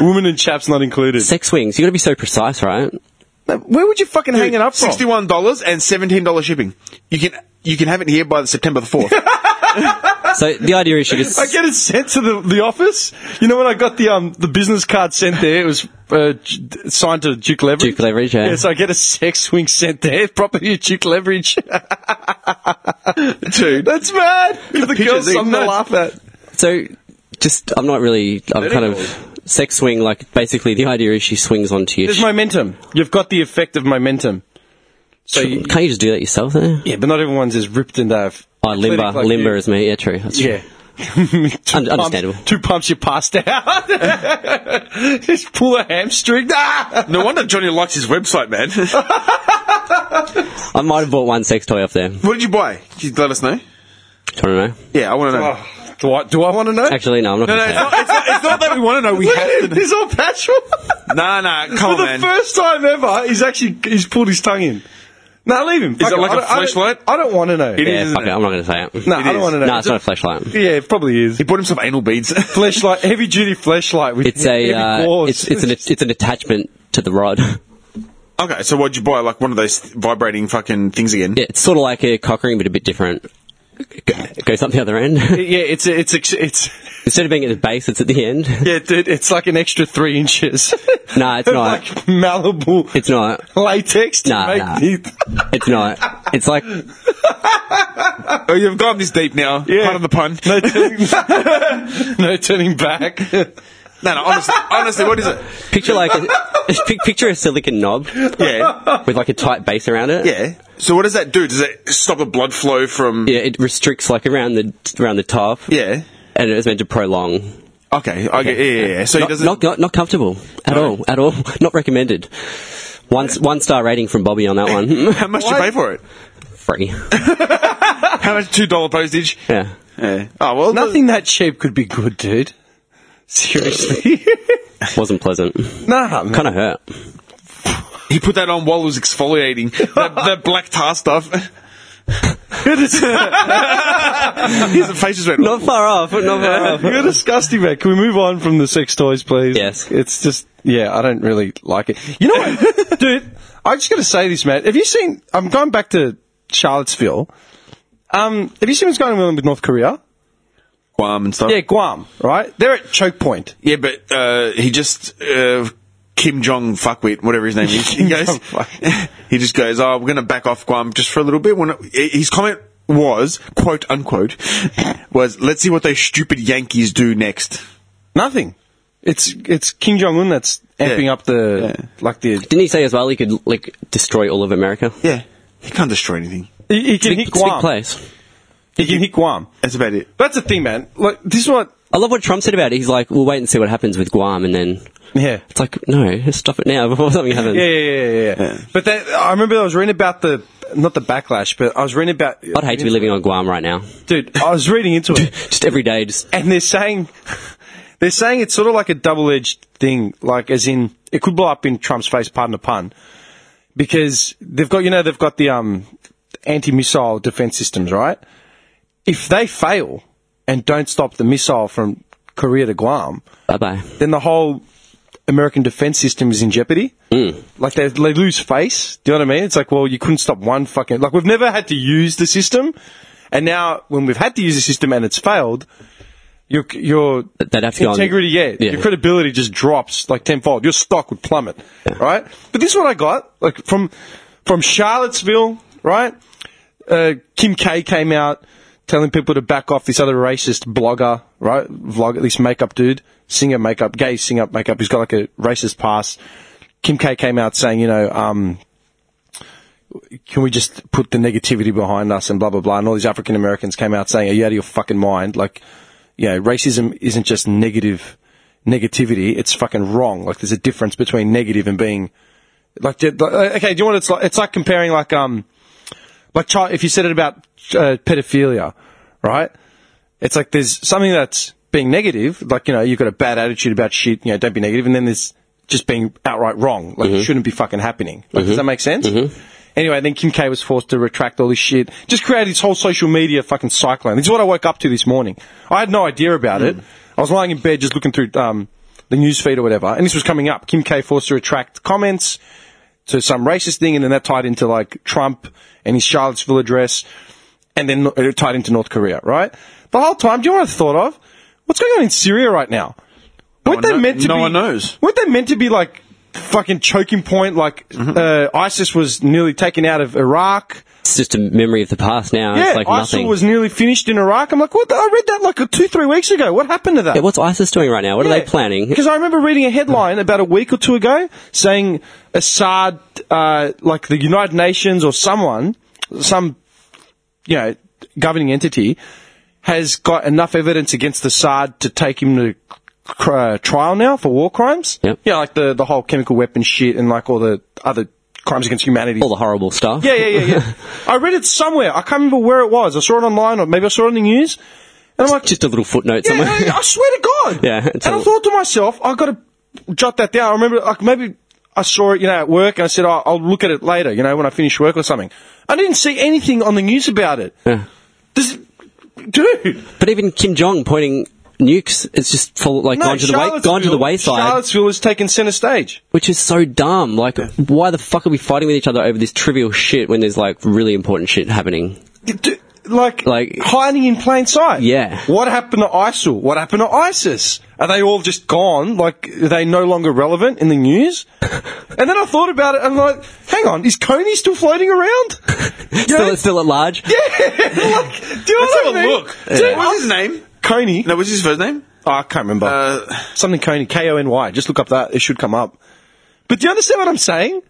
Woman and chaps not included. Sex swings. you got to be so precise, right? Where would you fucking hang it up from? Sixty-one dollars and seventeen dollars shipping. You can you can have it here by the September the fourth. So the idea is you [laughs] just. I get it sent to the, the office. You know when I got the um the business card sent there, it was uh, j- signed to Duke Leverage. Duke Leverage, yeah. so I get a sex swing sent there, [laughs] property of Duke Leverage. Dude, That's mad. For the Pictures, girls, they're something to nuts. laugh at. So, just I'm not really. I'm kind of sex swing. Like basically, the idea is she swings onto you. There's momentum. You've got the effect of momentum. So you, Can't you just do that yourself? There. yeah, but not everyone's as ripped and uh, Oh, limber, athletic like limber you. is me. Yeah, true. That's yeah. [laughs] True. two Un- understandable. Pumps, two pumps, you passed out. [laughs] Just pull a hamstring. Ah! [laughs] no wonder Johnny likes his website, man. I might have bought one sex toy off there. Do [laughs] what did you buy? Can you let us know? you want to know? Yeah, I want to know. Do I, do I want to know? Actually, no. I'm not. No, no, gonna it's say. not, Oh. it's, not, it's not that we want to know. [laughs] We Look have at [laughs] him. to. He's all patchwork. Nah, nah, come For the on, man. first time ever, he's actually he's pulled his tongue in. No, leave him. Fuck it like I a don't- I don't- flashlight? I don't want to know. It yeah, is, isn't fuck it. it? I'm not going to say it. No, it I don't is. want to know. no, it's not a flashlight. Yeah, it probably is. He bought himself anal beads. [laughs] Flashlight, heavy duty flashlight with It's a. heavy Uh, claws. it's it's an it's an attachment to the rod. [laughs] okay, so what'd you buy? Like one of those vibrating fucking things again? yeah, it's sort of like a cock ring, but a bit different. It goes up the other [laughs] end. [laughs] yeah, it's a, it's ex- it's Instead of being at the base, it's at the end. [laughs] yeah, dude, it's like an extra three inches. [laughs] Nah, it's not. like Malibu It's not. latex to Nah, make nah. the- It's not. It's like Oh, you've gone this deep now. Yeah. Pardon the pun. no [laughs] turning, [laughs] no turning back. No, no, honestly, honestly, what is it? Picture like a, [laughs] pic- picture a silicon knob Yeah, with like a tight base around it. yeah. So what does that do? Does it stop the blood flow from? Yeah, it restricts like around the around the top, Yeah. and it was meant to prolong. Okay. I get- yeah, yeah, yeah. So Not, he doesn't. not, not not comfortable at all, at all. [laughs] Not recommended. One s- one star rating from Bobby on that [laughs] one. [laughs] how much do you pay for it? Free. How much? Two dollar postage. Yeah. Yeah. Oh well, [laughs] Nothing that cheap could be good, dude. Seriously, [laughs] Wasn't pleasant. nah, man. Kind of hurt. He put that on while he was exfoliating that, that black tar stuff. [laughs] His face is red. Not far off. Not far off. You're disgusting, man. Can we move on from the sex toys, please? Yes. It's just, yeah, I don't really like it. You know what, dude? I just got to say this, man. Have you seen? I'm going back to Charlottesville. Um, have you seen what's going on with North Korea? Guam and stuff. Yeah, Guam, right? They're at choke point. Yeah, but uh, he just uh, Kim Jong fuckwit, whatever his name is. He goes, [laughs] he just goes, "Oh, we're going to back off Guam just for a little bit." When his comment was, "quote unquote," [laughs] was, "Let's see what those stupid Yankees do next." Nothing. It's it's Kim Jong Un that's amping Yeah. up the Yeah. like the Didn't he say as well he could like destroy all of America? Yeah, he can't destroy anything. he, he can Big- hit it's a big Guam. place. He can hit Guam. That's about it. That's the thing, man. Like this is what. I love what Trump said about it. He's like, "We'll wait and see what happens with Guam," and then Yeah. it's like, "No, stop it now [laughs] before something happens." Yeah, yeah, yeah, yeah. yeah. But that, I remember I was reading about the not the backlash, but I was reading about. I'd hate to be living on Guam right now. Uh, [laughs] dude. I was reading into it, Just every day, just and they're saying [laughs] they're saying it's sort of like a double-edged thing, like as in it could blow up in Trump's face, pardon the pun, because they've got you know they've got the um anti-missile defense systems, right? If they fail and don't stop the missile from Korea to Guam, bye bye. then the whole American defense system is in jeopardy. Like they, they lose face. Do you know what I mean? It's like, well, you couldn't stop one fucking. Like we've never had to use the system, and now when we've had to use the system and it's failed, your your They'd have to go on- integrity, yeah, Yeah. your credibility just drops like tenfold. Your stock would plummet, right? But this is what I got, like from from Charlottesville, right? Uh, Kim K came out telling people to back off this other racist blogger, right? Vlogger, this makeup dude, singer makeup, gay singer makeup. He's got like a racist past. Kim K came out saying, you know, um, can we just put the negativity behind us and blah blah blah? And all these African Americans came out saying, "Are you out of your fucking mind?" Like, you know, racism isn't just negative negativity; it's fucking wrong. Like, there's a difference between negative and being like, did- like, uh, okay, do you know what it's like? It's like comparing like um, like child, if you said it about uh, pedophilia, right? It's like there's something that's being negative, like you know, you've got a bad attitude about shit, you know, don't be negative, and then there's just being outright wrong, like it shouldn't be fucking happening. Like, Does that make sense? Anyway, then Kim K was forced to retract all this shit. Just created this whole social media fucking cyclone. This is what I woke up to this morning. I had no idea about it. I was lying in bed just looking through um, the news feed or whatever, and this was coming up. Kim K forced to retract comments to some racist thing, and then that tied into like Trump and his Charlottesville address, and then it tied into North Korea, right? The whole time, do you know what I thought of? What's going on in Syria right now? Weren't one they kno- meant to no be? one knows. Weren't they meant to be like fucking choking point? Like Mm-hmm. uh, ISIS was nearly taken out of Iraq. It's just a memory of the past now. yeah, it's like ISIL nothing. was nearly finished in Iraq. I'm like, what? The- I read that like two, three weeks ago. What happened to that? Yeah, what's ISIS doing right now? What are they planning? Because I remember reading a headline about a week or two ago saying Assad, uh, like the United Nations or someone, some you know governing entity, has got enough evidence against Assad to take him to cr- uh, trial now for war crimes. Yep. Yeah, like the the whole chemical weapon shit and like all the other crimes against humanity. All the horrible stuff. Yeah, yeah, yeah, yeah. I read it somewhere. I can't remember where it was. I saw it online, or maybe I saw it on the news. And I'm like, [laughs] Just a little footnote yeah, somewhere. I, I swear to God. Yeah, And it's I all- thought to myself, I've got to jot that down. I remember, like, maybe I saw it, you know, at work, and I said, oh, I'll look at it later, you know, when I finish work or something. I didn't see anything on the news about it. Yeah. This, dude. [laughs] But even Kim Jong pointing nukes, it's just full, like gone to the way, gone to the Charlottesville- wayside, Charlottesville has taken center stage. which is so dumb. Like, why the fuck are we fighting with each other over this trivial shit when there's like really important shit happening? D- d- Like, Like- hiding in plain sight. Yeah. What happened to ISIL? What happened to ISIS? Are they all just gone? Like, are they no longer relevant in the news? [laughs] and then I thought about it, and I'm like, hang on, is Coney still floating around? [laughs] Still, still at large. Yeah. Do you know Let's what have I a mean? look. Dude, What was his name? Coney. No, what's his first name? Oh, I can't remember. Uh, Something Coney. K O N Y. Just look up that. It should come up. But do you understand what I'm saying?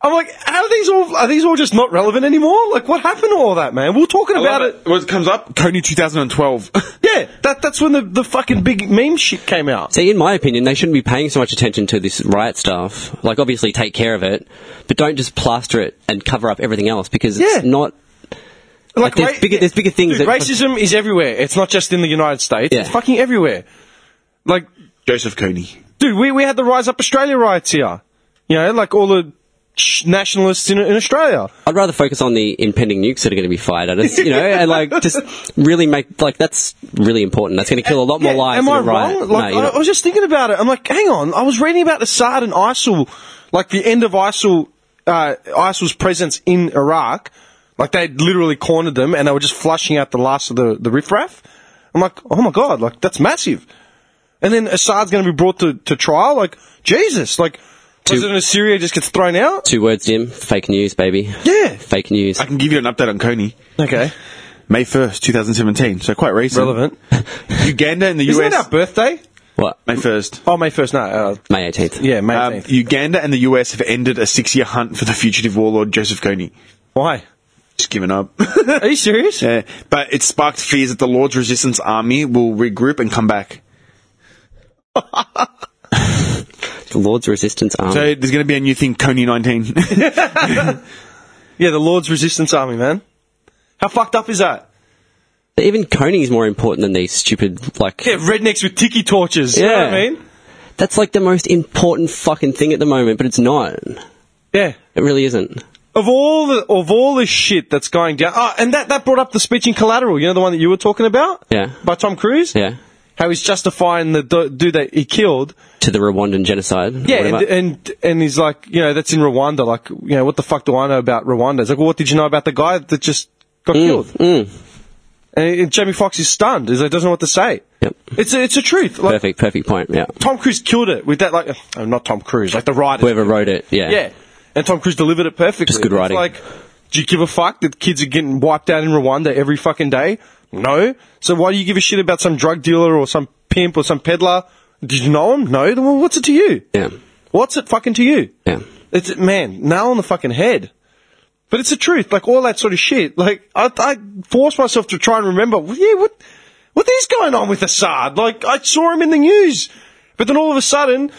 I'm like, how are these all? Are these all just not relevant anymore? Like, what happened to all that, man? We We're talking about it. What comes up? Coney 2012. Yeah, that that's when the the fucking big meme shit came out. See, in my opinion, they shouldn't be paying so much attention to this riot stuff. Like, obviously, take care of it, but don't just plaster it and cover up everything else because it's Yeah. not. Like, there's bigger- there's bigger things Dude, that- racism is everywhere. It's not just in the United States. Yeah. It's fucking everywhere. Like, [laughs] Joseph Coney. dude, we we had the Rise Up Australia riots here. You know, like all the sh- nationalists in, in Australia. I'd rather focus on the impending nukes that are going to be fired at us, you know, and like just really make like that's really important. That's going to kill a lot more Yeah, lives. Am than I a riot. wrong? Like, no, you're I, not. I was just thinking about it. I'm like, hang on. I was reading about Assad and ISIL, like the end of ISIL, uh, ISIL's presence in Iraq. Like they literally cornered them, and they were just flushing out the last of the the riffraff. I'm like, oh my god, like that's massive. And then Assad's going to be brought to, to trial. Like Jesus, like president of Syria just gets thrown out. Two words, Jim. Fake news, baby. Yeah. Fake news. I can give you an update on Kony. Okay, May 1st, 2017, so quite recent. [laughs] relevant. Uganda and the Isn't US. that our birthday? What? May 1st. Oh, May first. No, uh, May 18th. yeah, May Um, 18th. Uganda and the US have ended a six year hunt for the fugitive warlord Joseph Kony. [laughs] Why? Just giving up. [laughs] Are you serious? yeah. But it sparked fears that the Lord's Resistance Army will regroup and come back. The Lord's Resistance Army. So there's going to be a new thing, Kony [laughs] 19. Yeah, the Lord's Resistance Army, man. How fucked up is that? Even Coney is more important than these stupid, like, Yeah, rednecks with tiki torches. Yeah. You know what I Yeah. mean? that's like the most important fucking thing at the moment, but it's not. It Yeah. really isn't. Of all the of all the shit that's going down, oh, and that, that brought up the speech in Collateral. You know the one that you were talking about, Yeah. by Tom Cruise. Yeah. how he's justifying the do- dude that he killed. To the Rwandan genocide. Yeah, and, whatever. and and he's like, you know, that's in Rwanda. Like, you know, what the fuck do I know about Rwanda? It's like, well, what did you know about the guy that just got killed? mm. And, and Jamie Foxx is stunned. He's like, doesn't know what to say. Yep. It's a, it's a truth. Like, perfect, perfect point. Yeah. Tom Cruise killed it with that, like, oh, not Tom Cruise, like the writer. Whoever wrote it. Yeah. Yeah. And Tom Cruise delivered it perfectly. Just good writing. It's like, do you give a fuck that kids are getting wiped out in Rwanda every fucking day? No. So why do you give a shit about some drug dealer or some pimp or some peddler? Did you know him? No. Then well, what's it to you? Yeah. What's it fucking to you? Yeah. It's man, nail on the fucking head. But it's the truth, like all that sort of shit. Like I, I forced myself to try and remember. well, Yeah, what, what is going on with Assad? Like I saw him in the news, but then all of a sudden,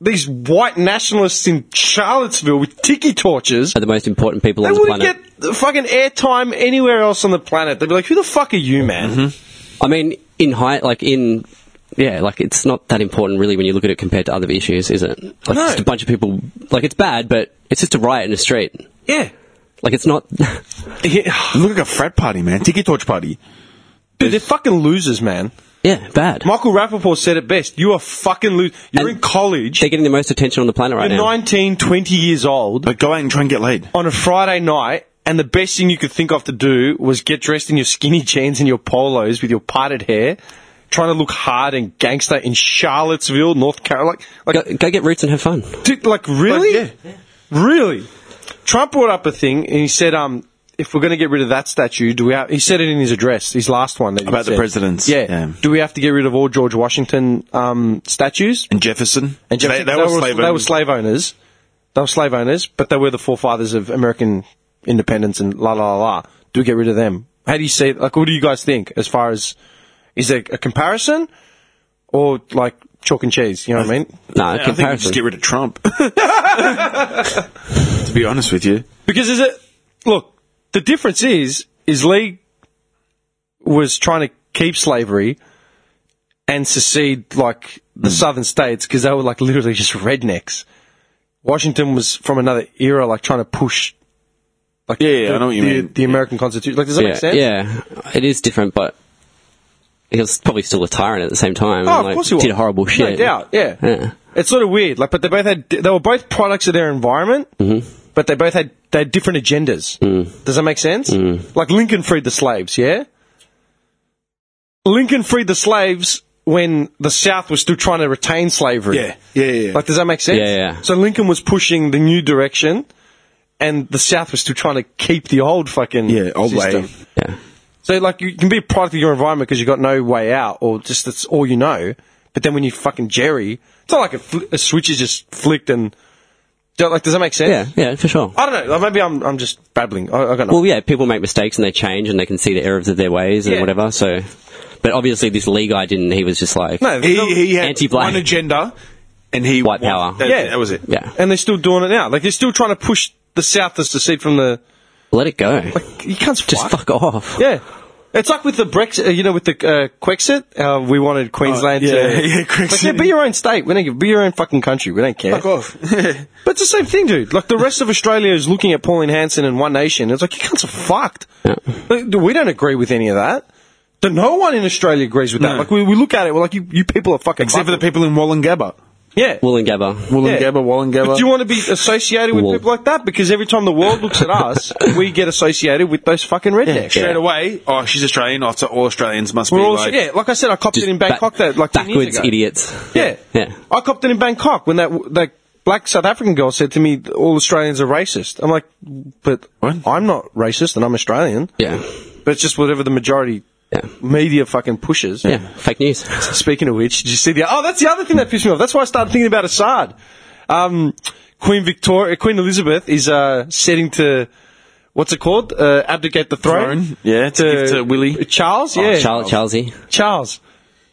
these white nationalists in Charlottesville with tiki torches, Are the most important people they on the wouldn't planet. get the fucking airtime anywhere else on the planet. They'd be like, "Who the fuck are you, man?" I mean, in high, like in, yeah, like it's not that important really when you look at it compared to other issues, is it? Like No. it's just a bunch of people. Like it's bad, but it's just a riot in the street. Yeah. Like it's not. [laughs] yeah, Look like a frat party, man. Tiki torch party. [sighs] dude, they're fucking losers, man. yeah, bad. Michael Rappaport said it best: "You are fucking losers. You're And in college." They're getting the most attention on the planet right You're now. um, 19, 20 years old But go out and try and get laid. on a Friday night, and the best thing you could think of to do was get dressed in your skinny [laughs] jeans and your polos with your parted hair, trying to look hard and gangster in Charlottesville, North Carolina. Like, Go, like, go get roots and have fun. dude, like really? Like, yeah. Really? Trump brought up a thing, and he said, um, if we're going to get rid of that statue, do we have, he said it in his address, his last one. That he About the said. presidents, Yeah. yeah. Do we have to get rid of all George Washington, um, statues? And Jefferson. And Jeff- they, they were slave they were owners. slave owners. They were slave owners, but they were the forefathers of American independence and la la la la. Do get rid of them. How do you see? Like, what do you guys think as far as is there a comparison or like chalk and cheese? You know what I mean? No, I think we just comparison. get rid of [laughs] Trump. to be honest with you. Because is it? Look, the difference is is Lee was trying to keep slavery and secede like the Hmm. southern states because they were like literally just rednecks. Washington was from another era, like trying to push. Like, Yeah, yeah, the, I know what you the, mean. The American Constitution. Like, does that make yeah, sense? yeah, it is different, but he was probably still a tyrant at the same time. Oh, and, of like, course you Did horrible shit. No doubt. Yeah. Yeah. It's sort of weird. Like, but they both had. They were both products of their environment. Mm-hmm. But they both had they had different agendas. Mm. Does that make sense? Like Lincoln freed the slaves. Yeah. Lincoln freed the slaves when the South was still trying to retain slavery. Yeah. Yeah, yeah, yeah. Like, does that make sense? Yeah, yeah. So Lincoln was pushing the new direction, and the South was still trying to keep the old fucking Yeah, old way. system. Yeah. So like you can be a product of your environment because you got no way out, or just that's all you know. But then when you fucking Jerry, it's not like a, fl- a switch is just flicked and don't- like. Does that make sense? Yeah, yeah, for sure. I don't know. Like maybe I'm I'm just babbling. I, I got no. Well, yeah, people make mistakes and they change and they can see the errors of their ways and Yeah. whatever. So, but obviously this Lee guy didn't. He was just like, no, He, he had Anti-black. one agenda, and he White won. power. That, Yeah. that was it. yeah, and they're still doing it now. Like they're still trying to push the South to secede from the. let it go. Like you can't just fuck off. Yeah. It's like with the Brexit, uh, you know, with the uh, Quexit. Uh, we wanted Queensland Oh, yeah, [laughs] to yeah, Like, Quexit. yeah, be your own state. We don't give, be your own fucking country. We don't care. Fuck off. But it's the same thing, dude. Like the rest of Australia is looking at Pauline Hanson and One Nation. It's like you cunts are fucked. Like, we don't agree with any of that. The, no one in Australia agrees with that. No. Like we, we look at it, we're like you, you people are fucking. Except for the buckled. people in Wollongabba. yeah. Wollongabba. Wollongabba, Yeah. Wollongabba. But do you want to be associated with Wall. people like that? Because every time the world looks at [laughs] us, we get associated with those fucking rednecks. straight away? Oh, she's Australian. Oh, so all Australians must We're be all, like. yeah, like I said, I copped it in Bangkok. Ba- that like 10 years backwards ago. idiots. Yeah. Yeah. I copped it in Bangkok when that that black South African girl said to me, "All Australians are racist." I'm like, but I'm not racist, and I'm Australian. Yeah. But it's just whatever the majority Yeah. media fucking pushes. Yeah. Fake news. Speaking of which, did you see the? Oh, that's the other thing that pissed me off. That's why I started thinking about Assad. Um, Queen Victoria, Queen Elizabeth is uh, setting to. What's it called? Uh, abdicate the throne. Throne, yeah, to give to Willie. Oh, Charles, yeah, Charles, Oh, Charlesy. Charles.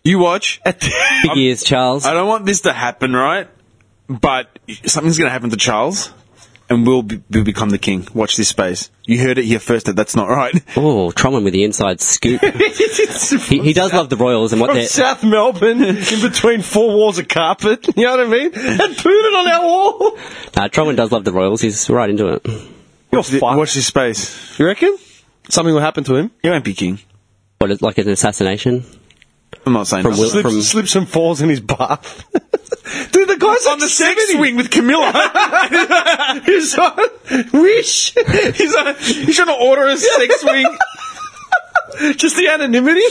You [laughs] watch. Big ears, Charles. I don't want this to happen, right? But something's going to happen to Charles, and we'll, be, we'll become the king. Watch this space. You heard it here first. That that's not [laughs] right. Oh, Truman with the inside scoop. [laughs] he, he does love the Royals and what from they're. South [laughs] Melbourne in between four walls of carpet. [laughs] You know what I mean? And pooed it on our wall. Nah, Truman uh, does love the Royals. He's right into it. You're Watch, thi- fucked. watch this space. You reckon? Something will happen to him. You won't be king. What, it's like an assassination? I'm not saying From that. [laughs] Will- Slips, slips and falls in his bath. [laughs] Dude, the guy's on the sex 70. wing with Camilla. [laughs] He's on Wish. he's, on, he's trying to order a [laughs] sex wing. Just the anonymity.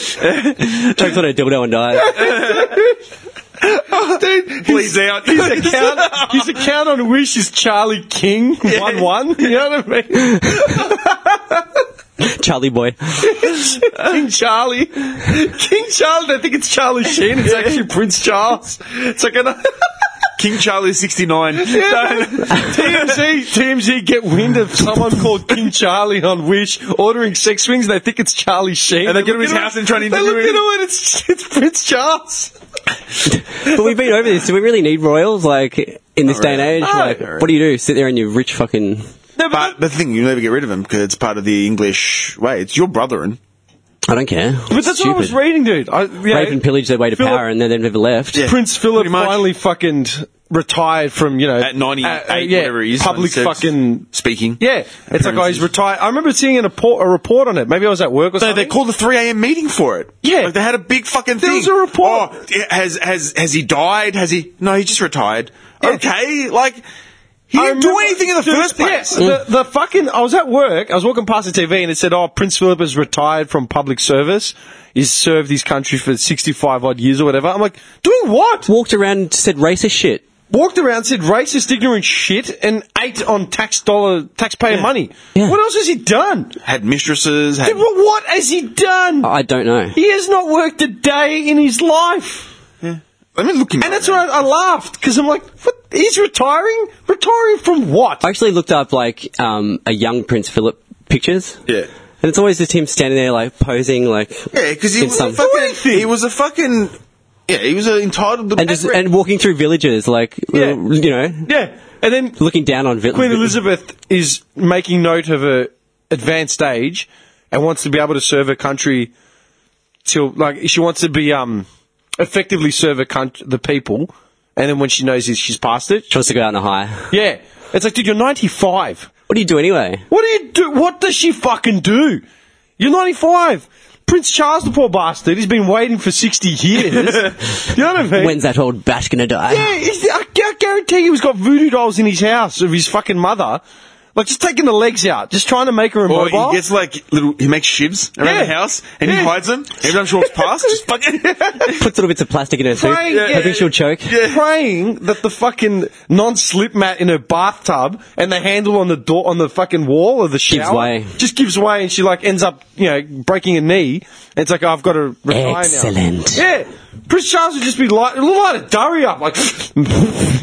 Chokes on a dildo and dies. [laughs] Oh, Dude, Please his, out. his account, his account on Wish is Charlie [laughs] King one one. You know what I mean? Charlie boy. King Charlie, King Charles. I think it's Charlie Sheen. It's actually Prince Charles. It's like an. [laughs] King Charlie 69. TMZ, TMZ get wind of someone called King Charlie on Wish ordering sex wings. They think it's Charlie Sheen. And they go to look his at house and try to They interview look at him. him and it's, it's Prince Charles. But we've been over this. Do we really need Royals? Like, in this day and age? No. like, what do you do? Sit there in your rich fucking. But the thing, you never get rid of him because it's part of the English way. It's your brothering. I don't care. But that's what I was Stupid. reading, dude. I, yeah, Rape and pillage their way to Philip- power and then they've never left. Prince Philip Pretty much. finally fucking retired from, you know. At 98, uh, uh, yeah, whatever he is. Public 96, fucking. Speaking. Yeah, it's like, oh, he's Appearances. retired. I remember seeing an report, a report on it. Maybe I was at work or So something. they called a 3 a.m. meeting for it. Yeah. Like they had a big fucking There thing. was a report. Oh, yeah, has, has, has he died? Has he? No, he just retired. Okay. Like, he I didn't do remember- anything in the Dude, first place. yeah, the, the fucking. I was at work. I was walking past the TV, and it said, "Oh, Prince Philip is retired from public service. He's served his country for sixty-five odd years or whatever." I'm like, doing what? Walked around and said racist shit. Walked around, said racist, ignorant shit, and ate on tax dollar, taxpayer money. Yeah. What else has he done? Had mistresses. Had, Dude, what, what has he done? I don't know. He has not worked a day in his life. let me look him And up. that's why I, I laughed because I'm like, what? He's retiring? Retiring from what? I actually looked up like um, a young Prince Philip pictures. Yeah. And it's always just him standing there like posing like Yeah, because he in was a some- fucking. He was a fucking. Yeah, he was an entitled little. and just prick. and walking through villages like Yeah. little- you know yeah. And then looking down on villages. Queen Elizabeth is making note of her advanced age and wants to be able to serve her country till like she wants to be um effectively serve her country, the people. And then when she knows this, she's past it. She wants to go out on a high. Yeah, it's like, dude, you're 95. What do you do anyway? What do you do? What does she fucking do? You're 95. Prince Charles, the poor bastard, he's been waiting for 60 years. you know what I mean? When's that old bat gonna die? Yeah, he's, I, I guarantee he's got voodoo dolls in his house of his fucking mother. Like, just taking the legs out, just trying to make her Or immobile. he gets like little. He makes shivs around Yeah. the house and Yeah. he hides them. Everyone walks past. [laughs] just fucking. Puts little bits of plastic in her soup. Right, yeah. Hoping she'll choke. praying that the fucking non-slip mat in her bathtub and the handle on the door on the fucking wall of the shower Gives way. just gives way, and she like ends up you know breaking a knee. And it's like oh, I've got to retire Excellent. now. Yeah, Prince Charles would just be like a little light of durry up, like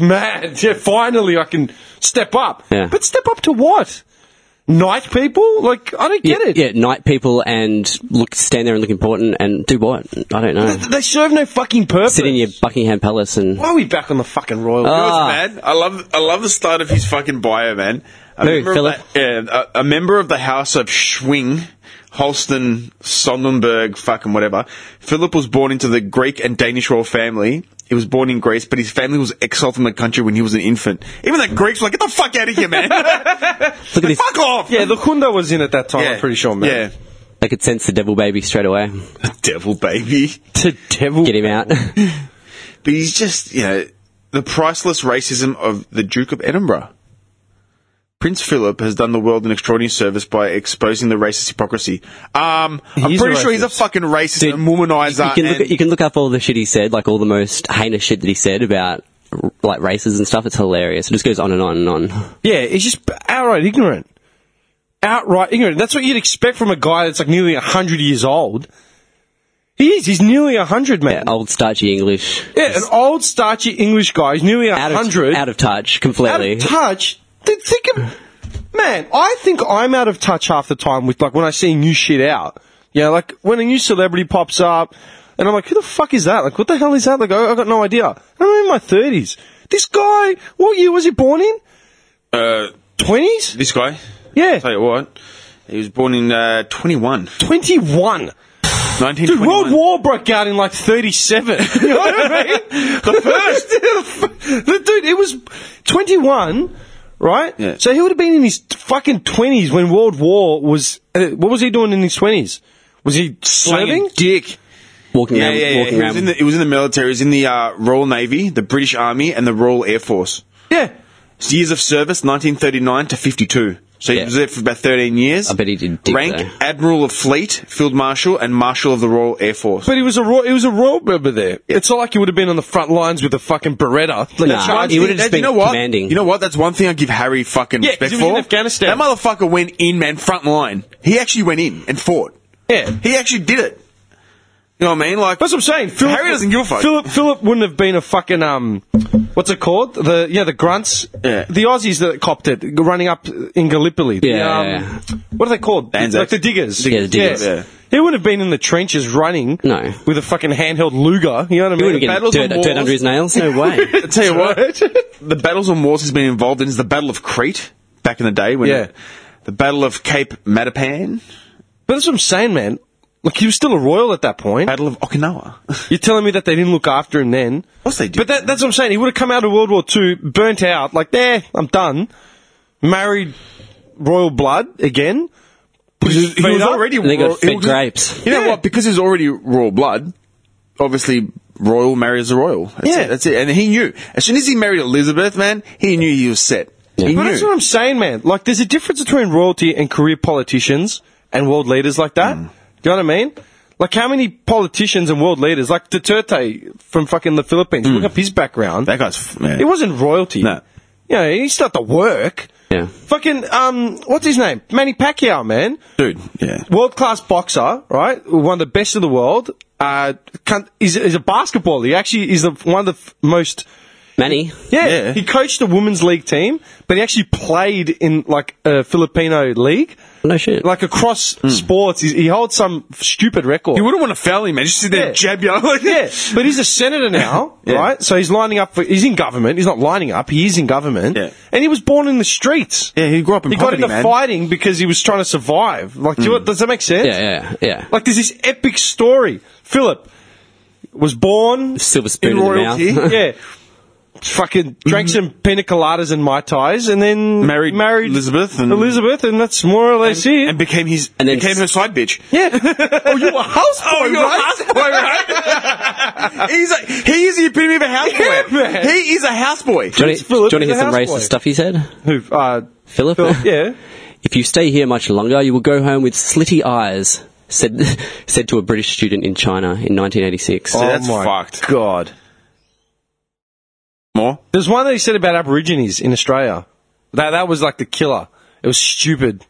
[laughs] man, yeah, finally I can step up. Yeah. But step up to what? Night people? Like I don't Yeah, get it. yeah, night people and look stand there and look important and do what? I don't know. They serve no fucking purpose. Sit in your Buckingham Palace and Why are we back on the fucking royal? You know Ah. what's mad? I love I love the start of his fucking bio, man. A Who, member of Philip? the, yeah, a, a member of the House of Schwing Holsten, Sonnenberg, fucking whatever. Philip was born into the Greek and Danish royal family. He was born in Greece, but his family was exiled from the country when he was an infant. Even the Greeks were like, get the fuck out of here, [laughs] man. Look at this. fuck off. Yeah, Lukunda was in at that time, I'm pretty sure, man. They could sense the devil baby straight away. Yeah. Devil baby. To devil. Get him out. But he's just, you know, the priceless racism of the Duke of Edinburgh. Prince Philip has done the world an extraordinary service by exposing the racist hypocrisy. Um, I'm He's a pretty sure he's a racist. fucking racist Dude, and womanizer. you, can look, and- you can look up all the shit he said, like all the most heinous shit that he said about r- like races and stuff. It's hilarious. It just goes on and on and on. Yeah, he's just outright ignorant. Outright ignorant. That's what you'd expect from a guy that's like nearly 100 years old. He is. He's nearly 100, man. Old starchy English. Yeah, an old, starchy English guy. He's nearly Out of, 100. out of touch Out of completely. touch. Th- Think of, man, I think I'm out of touch half the time with like when I see new shit out. You know, like when a new celebrity pops up, and I'm like, who the fuck is that? Like, what the hell is that? Like, I, I got no idea. I'm in my 30s. This guy, what year was he born in? uh, 20s? this guy, tell Yeah, you what, he was born in uh, 21. 21. Dude, 1921. World War broke out in like 37. [laughs] You know what I mean? [laughs] the first. Dude, it was 21, right? Yeah. So he would have been in his fucking 20s when World War was. Uh, what was he doing in his 20s? Was he slaving? Slinging dick. Walking Yeah, around, yeah, yeah. walking He was, around. in the, he was in the military. He was in the uh, Royal Navy, the British Army, and the Royal Air Force. Yeah. Years of service, 1939 to 52. So he Yeah. was there for about 13 years. I bet he did dick, Rank, though. Admiral of Fleet, Field Marshal, and Marshal of the Royal Air Force. But he was a raw, he was a royal member there. It's not like he would have been on the front lines with a fucking Beretta. Like, Nah, charged he in. would have just That- been you know what? commanding. You know what? That's one thing I give Harry fucking Yeah, 'cause respect he was for. in Afghanistan. That motherfucker went in, man, front line. He actually went in and fought. Yeah. He actually did it. You know what I mean? Like That's what I'm saying. Philip, Harry doesn't give a fuck. Philip, Philip wouldn't have been a fucking um, what's it called? The yeah, the grunts. Yeah. The Aussies that copped it, g- running up in Gallipoli. The, Yeah, um, yeah, What are they called? Anzacs. Like the diggers. Yeah, the diggers. Yeah. He wouldn't have been in the trenches running. No. With a fucking handheld Luger. You know what I mean? he wouldn't get battles dirt, on dirt walls. under his nails. [laughs] No way. I tell you [laughs] what, the battles on wars he's been involved in is the Battle of Crete back in the day. When Yeah. The Battle of Cape Matapan, But that's what I'm saying, man. Look, he was still a royal at that point. Battle of Okinawa. [laughs] You're telling me that they didn't look after him then? course they did. But that, that's what I'm saying. He would have come out of World War Two, burnt out, like, there, I'm done. Married royal blood again. He was- he Fed was up? already And they royal- got he fed was- grapes. You know Yeah. what? Because he's already royal blood, obviously royal marries a royal. That's Yeah. it, that's it. And he knew as soon as he married Elizabeth, man, he knew he was set. He But knew. that's what I'm saying, man. Like, there's a difference between royalty and career politicians and world leaders like that. Mm. Do you know what I mean? Like, how many politicians and world leaders, like Duterte from fucking the Philippines, look up his background. Mm. that guy's f- man. It wasn't royalty. No. You know, he started to work. Yeah. Fucking, um, what's his name? Manny Pacquiao, man. dude. Yeah. World class boxer, right? One of the best in the world. Uh, cunt- he's, he's a basketballer. He actually is the, one of the f- most Manny. yeah, Yeah. he coached a women's league team, but he actually played in like a Filipino league, No shit. like across Hmm. sports. He, he holds some stupid record. You wouldn't want to foul him, man. Just sit there and Yeah. [laughs] jab you. [laughs] yeah, but he's a senator now, Yeah. right? So he's lining up for. He's in government. He's not lining up. He is in government, Yeah. and he was born in the streets. Yeah, he grew up in he poverty, got into man. Hmm. fighting because he was trying to survive. Like, do you, does that make sense? yeah, yeah, yeah. Like, there's this epic story. Philip was born Silver spoon in, the royalty. [laughs] mouth. yeah. Fucking drank some pina coladas and mai tais, and then Married Elizabeth and- Elizabeth, and that's more or less it. And became his And then- became her side bitch. [laughs] yeah. oh, you were houseboy, Oh, you're a houseboy, right? [laughs] he's a, he is the epitome of a houseboy. Yeah, man. he is a houseboy. [laughs] Johnny, Prince Philip Johnny is hear a some racist houseboy. stuff he said? Who? Uh, Philip? Phil, [laughs] yeah. If you stay here much longer, you will go home with slitty eyes, said, [laughs] said to a British student in China in 1986. So Oh that's my fucked. God. More. There's one that he said about Aborigines in Australia. That that was like the killer. It was stupid.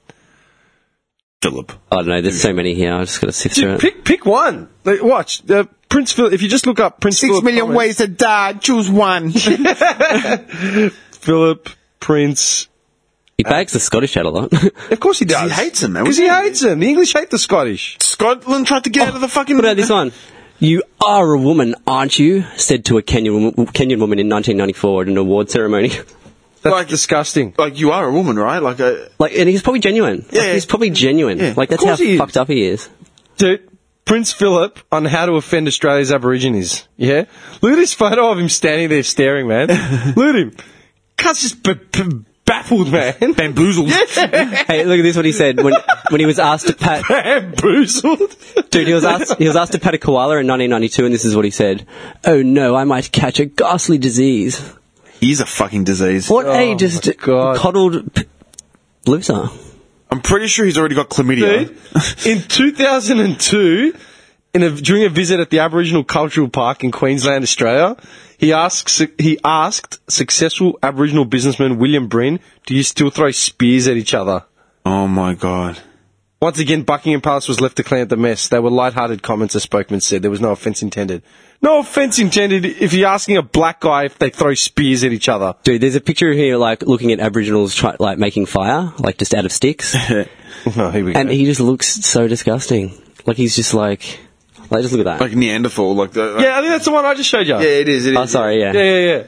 Philip. I don't know, there's so many here, I just gotta sift through Dude, it. pick pick one. Like, watch uh, Prince Philip. If you just look up Prince Six Philip million comments. ways to die. Choose [laughs] one. Philip Prince. He bags the Scottish out a lot. Of course he does. he hates 'em, man. Because he hates him. The English hate the Scottish. Scotland tried to get out of the fucking. [laughs] what about [laughs] this one? You are a woman, aren't you? said to a Kenyan, wom- Kenyan woman in 1994 at an award ceremony. [laughs] That's Like- disgusting. Like you are a woman, right? Like [laughs] uh, Like, and he's probably genuine. Like, yeah. He's probably genuine. Yeah, Like, of that's how course he is. fucked up he [laughs] is. Dude, Prince Philip on how to offend Australia's Aborigines. Yeah? Look at this photo of him standing there staring, [laughs] man. Look at him. Cut's just b- b- baffled, man. [laughs] Bamboozled. Yeah. Hey, look at this. What he said when when he was asked [laughs] to pat. Bamboozled. Dude, he was asked he was asked to pat a koala in 1992, and this is what he said: "Oh no, I might catch a ghastly disease." he's a fucking disease. What a Oh my just God. coddled p- loser. I'm pretty sure he's already got chlamydia. Dude, in 2002, in a, during a visit at the Aboriginal Cultural Park in Queensland, Australia, he asks he asked successful Aboriginal businessman William Brin, "Do you still throw spears at each other?" Oh my god. Once again, Buckingham Palace was left to clean up the mess. They were light-hearted comments, a spokesman said. There was no offence intended. No offence intended if you're asking a black guy if they throw spears at each other. Dude, there's a picture here, like looking at Aboriginals, try, like making fire, like just out of sticks, No, here we go. and he just looks so disgusting. Like he's just like, like just look at that. Like Neanderthal. Like the, yeah, I think that's the one I just showed you. yeah, it is. It is. oh, sorry, yeah. yeah, yeah. yeah.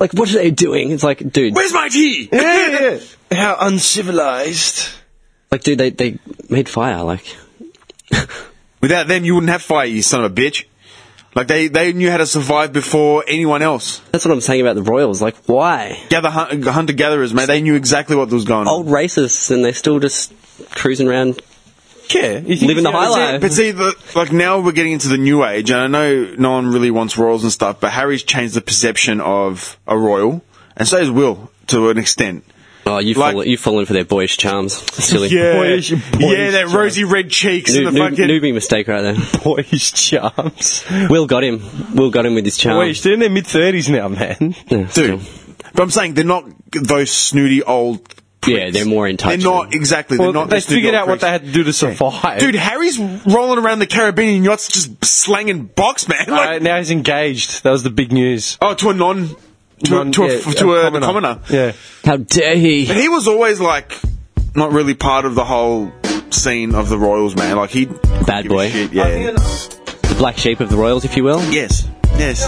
Like, what are they doing? It's like, dude, Where's my tea? yeah, yeah. How uncivilized. like, dude, they they made fire, like. Without them, you wouldn't have fire, you son of a bitch. Like they, they knew how to survive before anyone else. That's what I'm saying about the Royals. Like, why? Gather hunter gatherers, mate. They knew exactly what was going on. Old racists, and they're still just cruising around. Yeah, you think Living the he's- that's high life. it. But see, the, like now we're getting into the new age, and I know no one really wants royals and stuff, but Harry's changed the perception of a royal, and so has Will to an extent. Oh, you've Like- fallen, you've fallen for their boyish charms. Silly. Boyish- yeah, boyish that charm. rosy red cheeks New, and the new- fucking. newbie mistake right there. boyish charms. Will got him. Will got him with his Um, charm. Boyish, they're in their mid thirties now, [laughs] man. Yeah, Dude, still. but I'm saying they're not those snooty old. pricks. Yeah, they're more in touch They're not than- exactly. Well, they're not they the snooty figured old out what they pricks. had to do to survive. Dude, Harry's rolling around the Caribbean yachts, just slanging box, man. [laughs] All Like, right, Uh, now he's engaged. That was the big news. oh, to a non, to, Non- a, to, yeah, a, to a, commoner. commoner. Yeah, How dare he? He was always like not really part of the whole scene of the Royals, man. Like he Bad give a boy. shit, yeah. The black sheep of the Royals, if you will. Yes. Yes.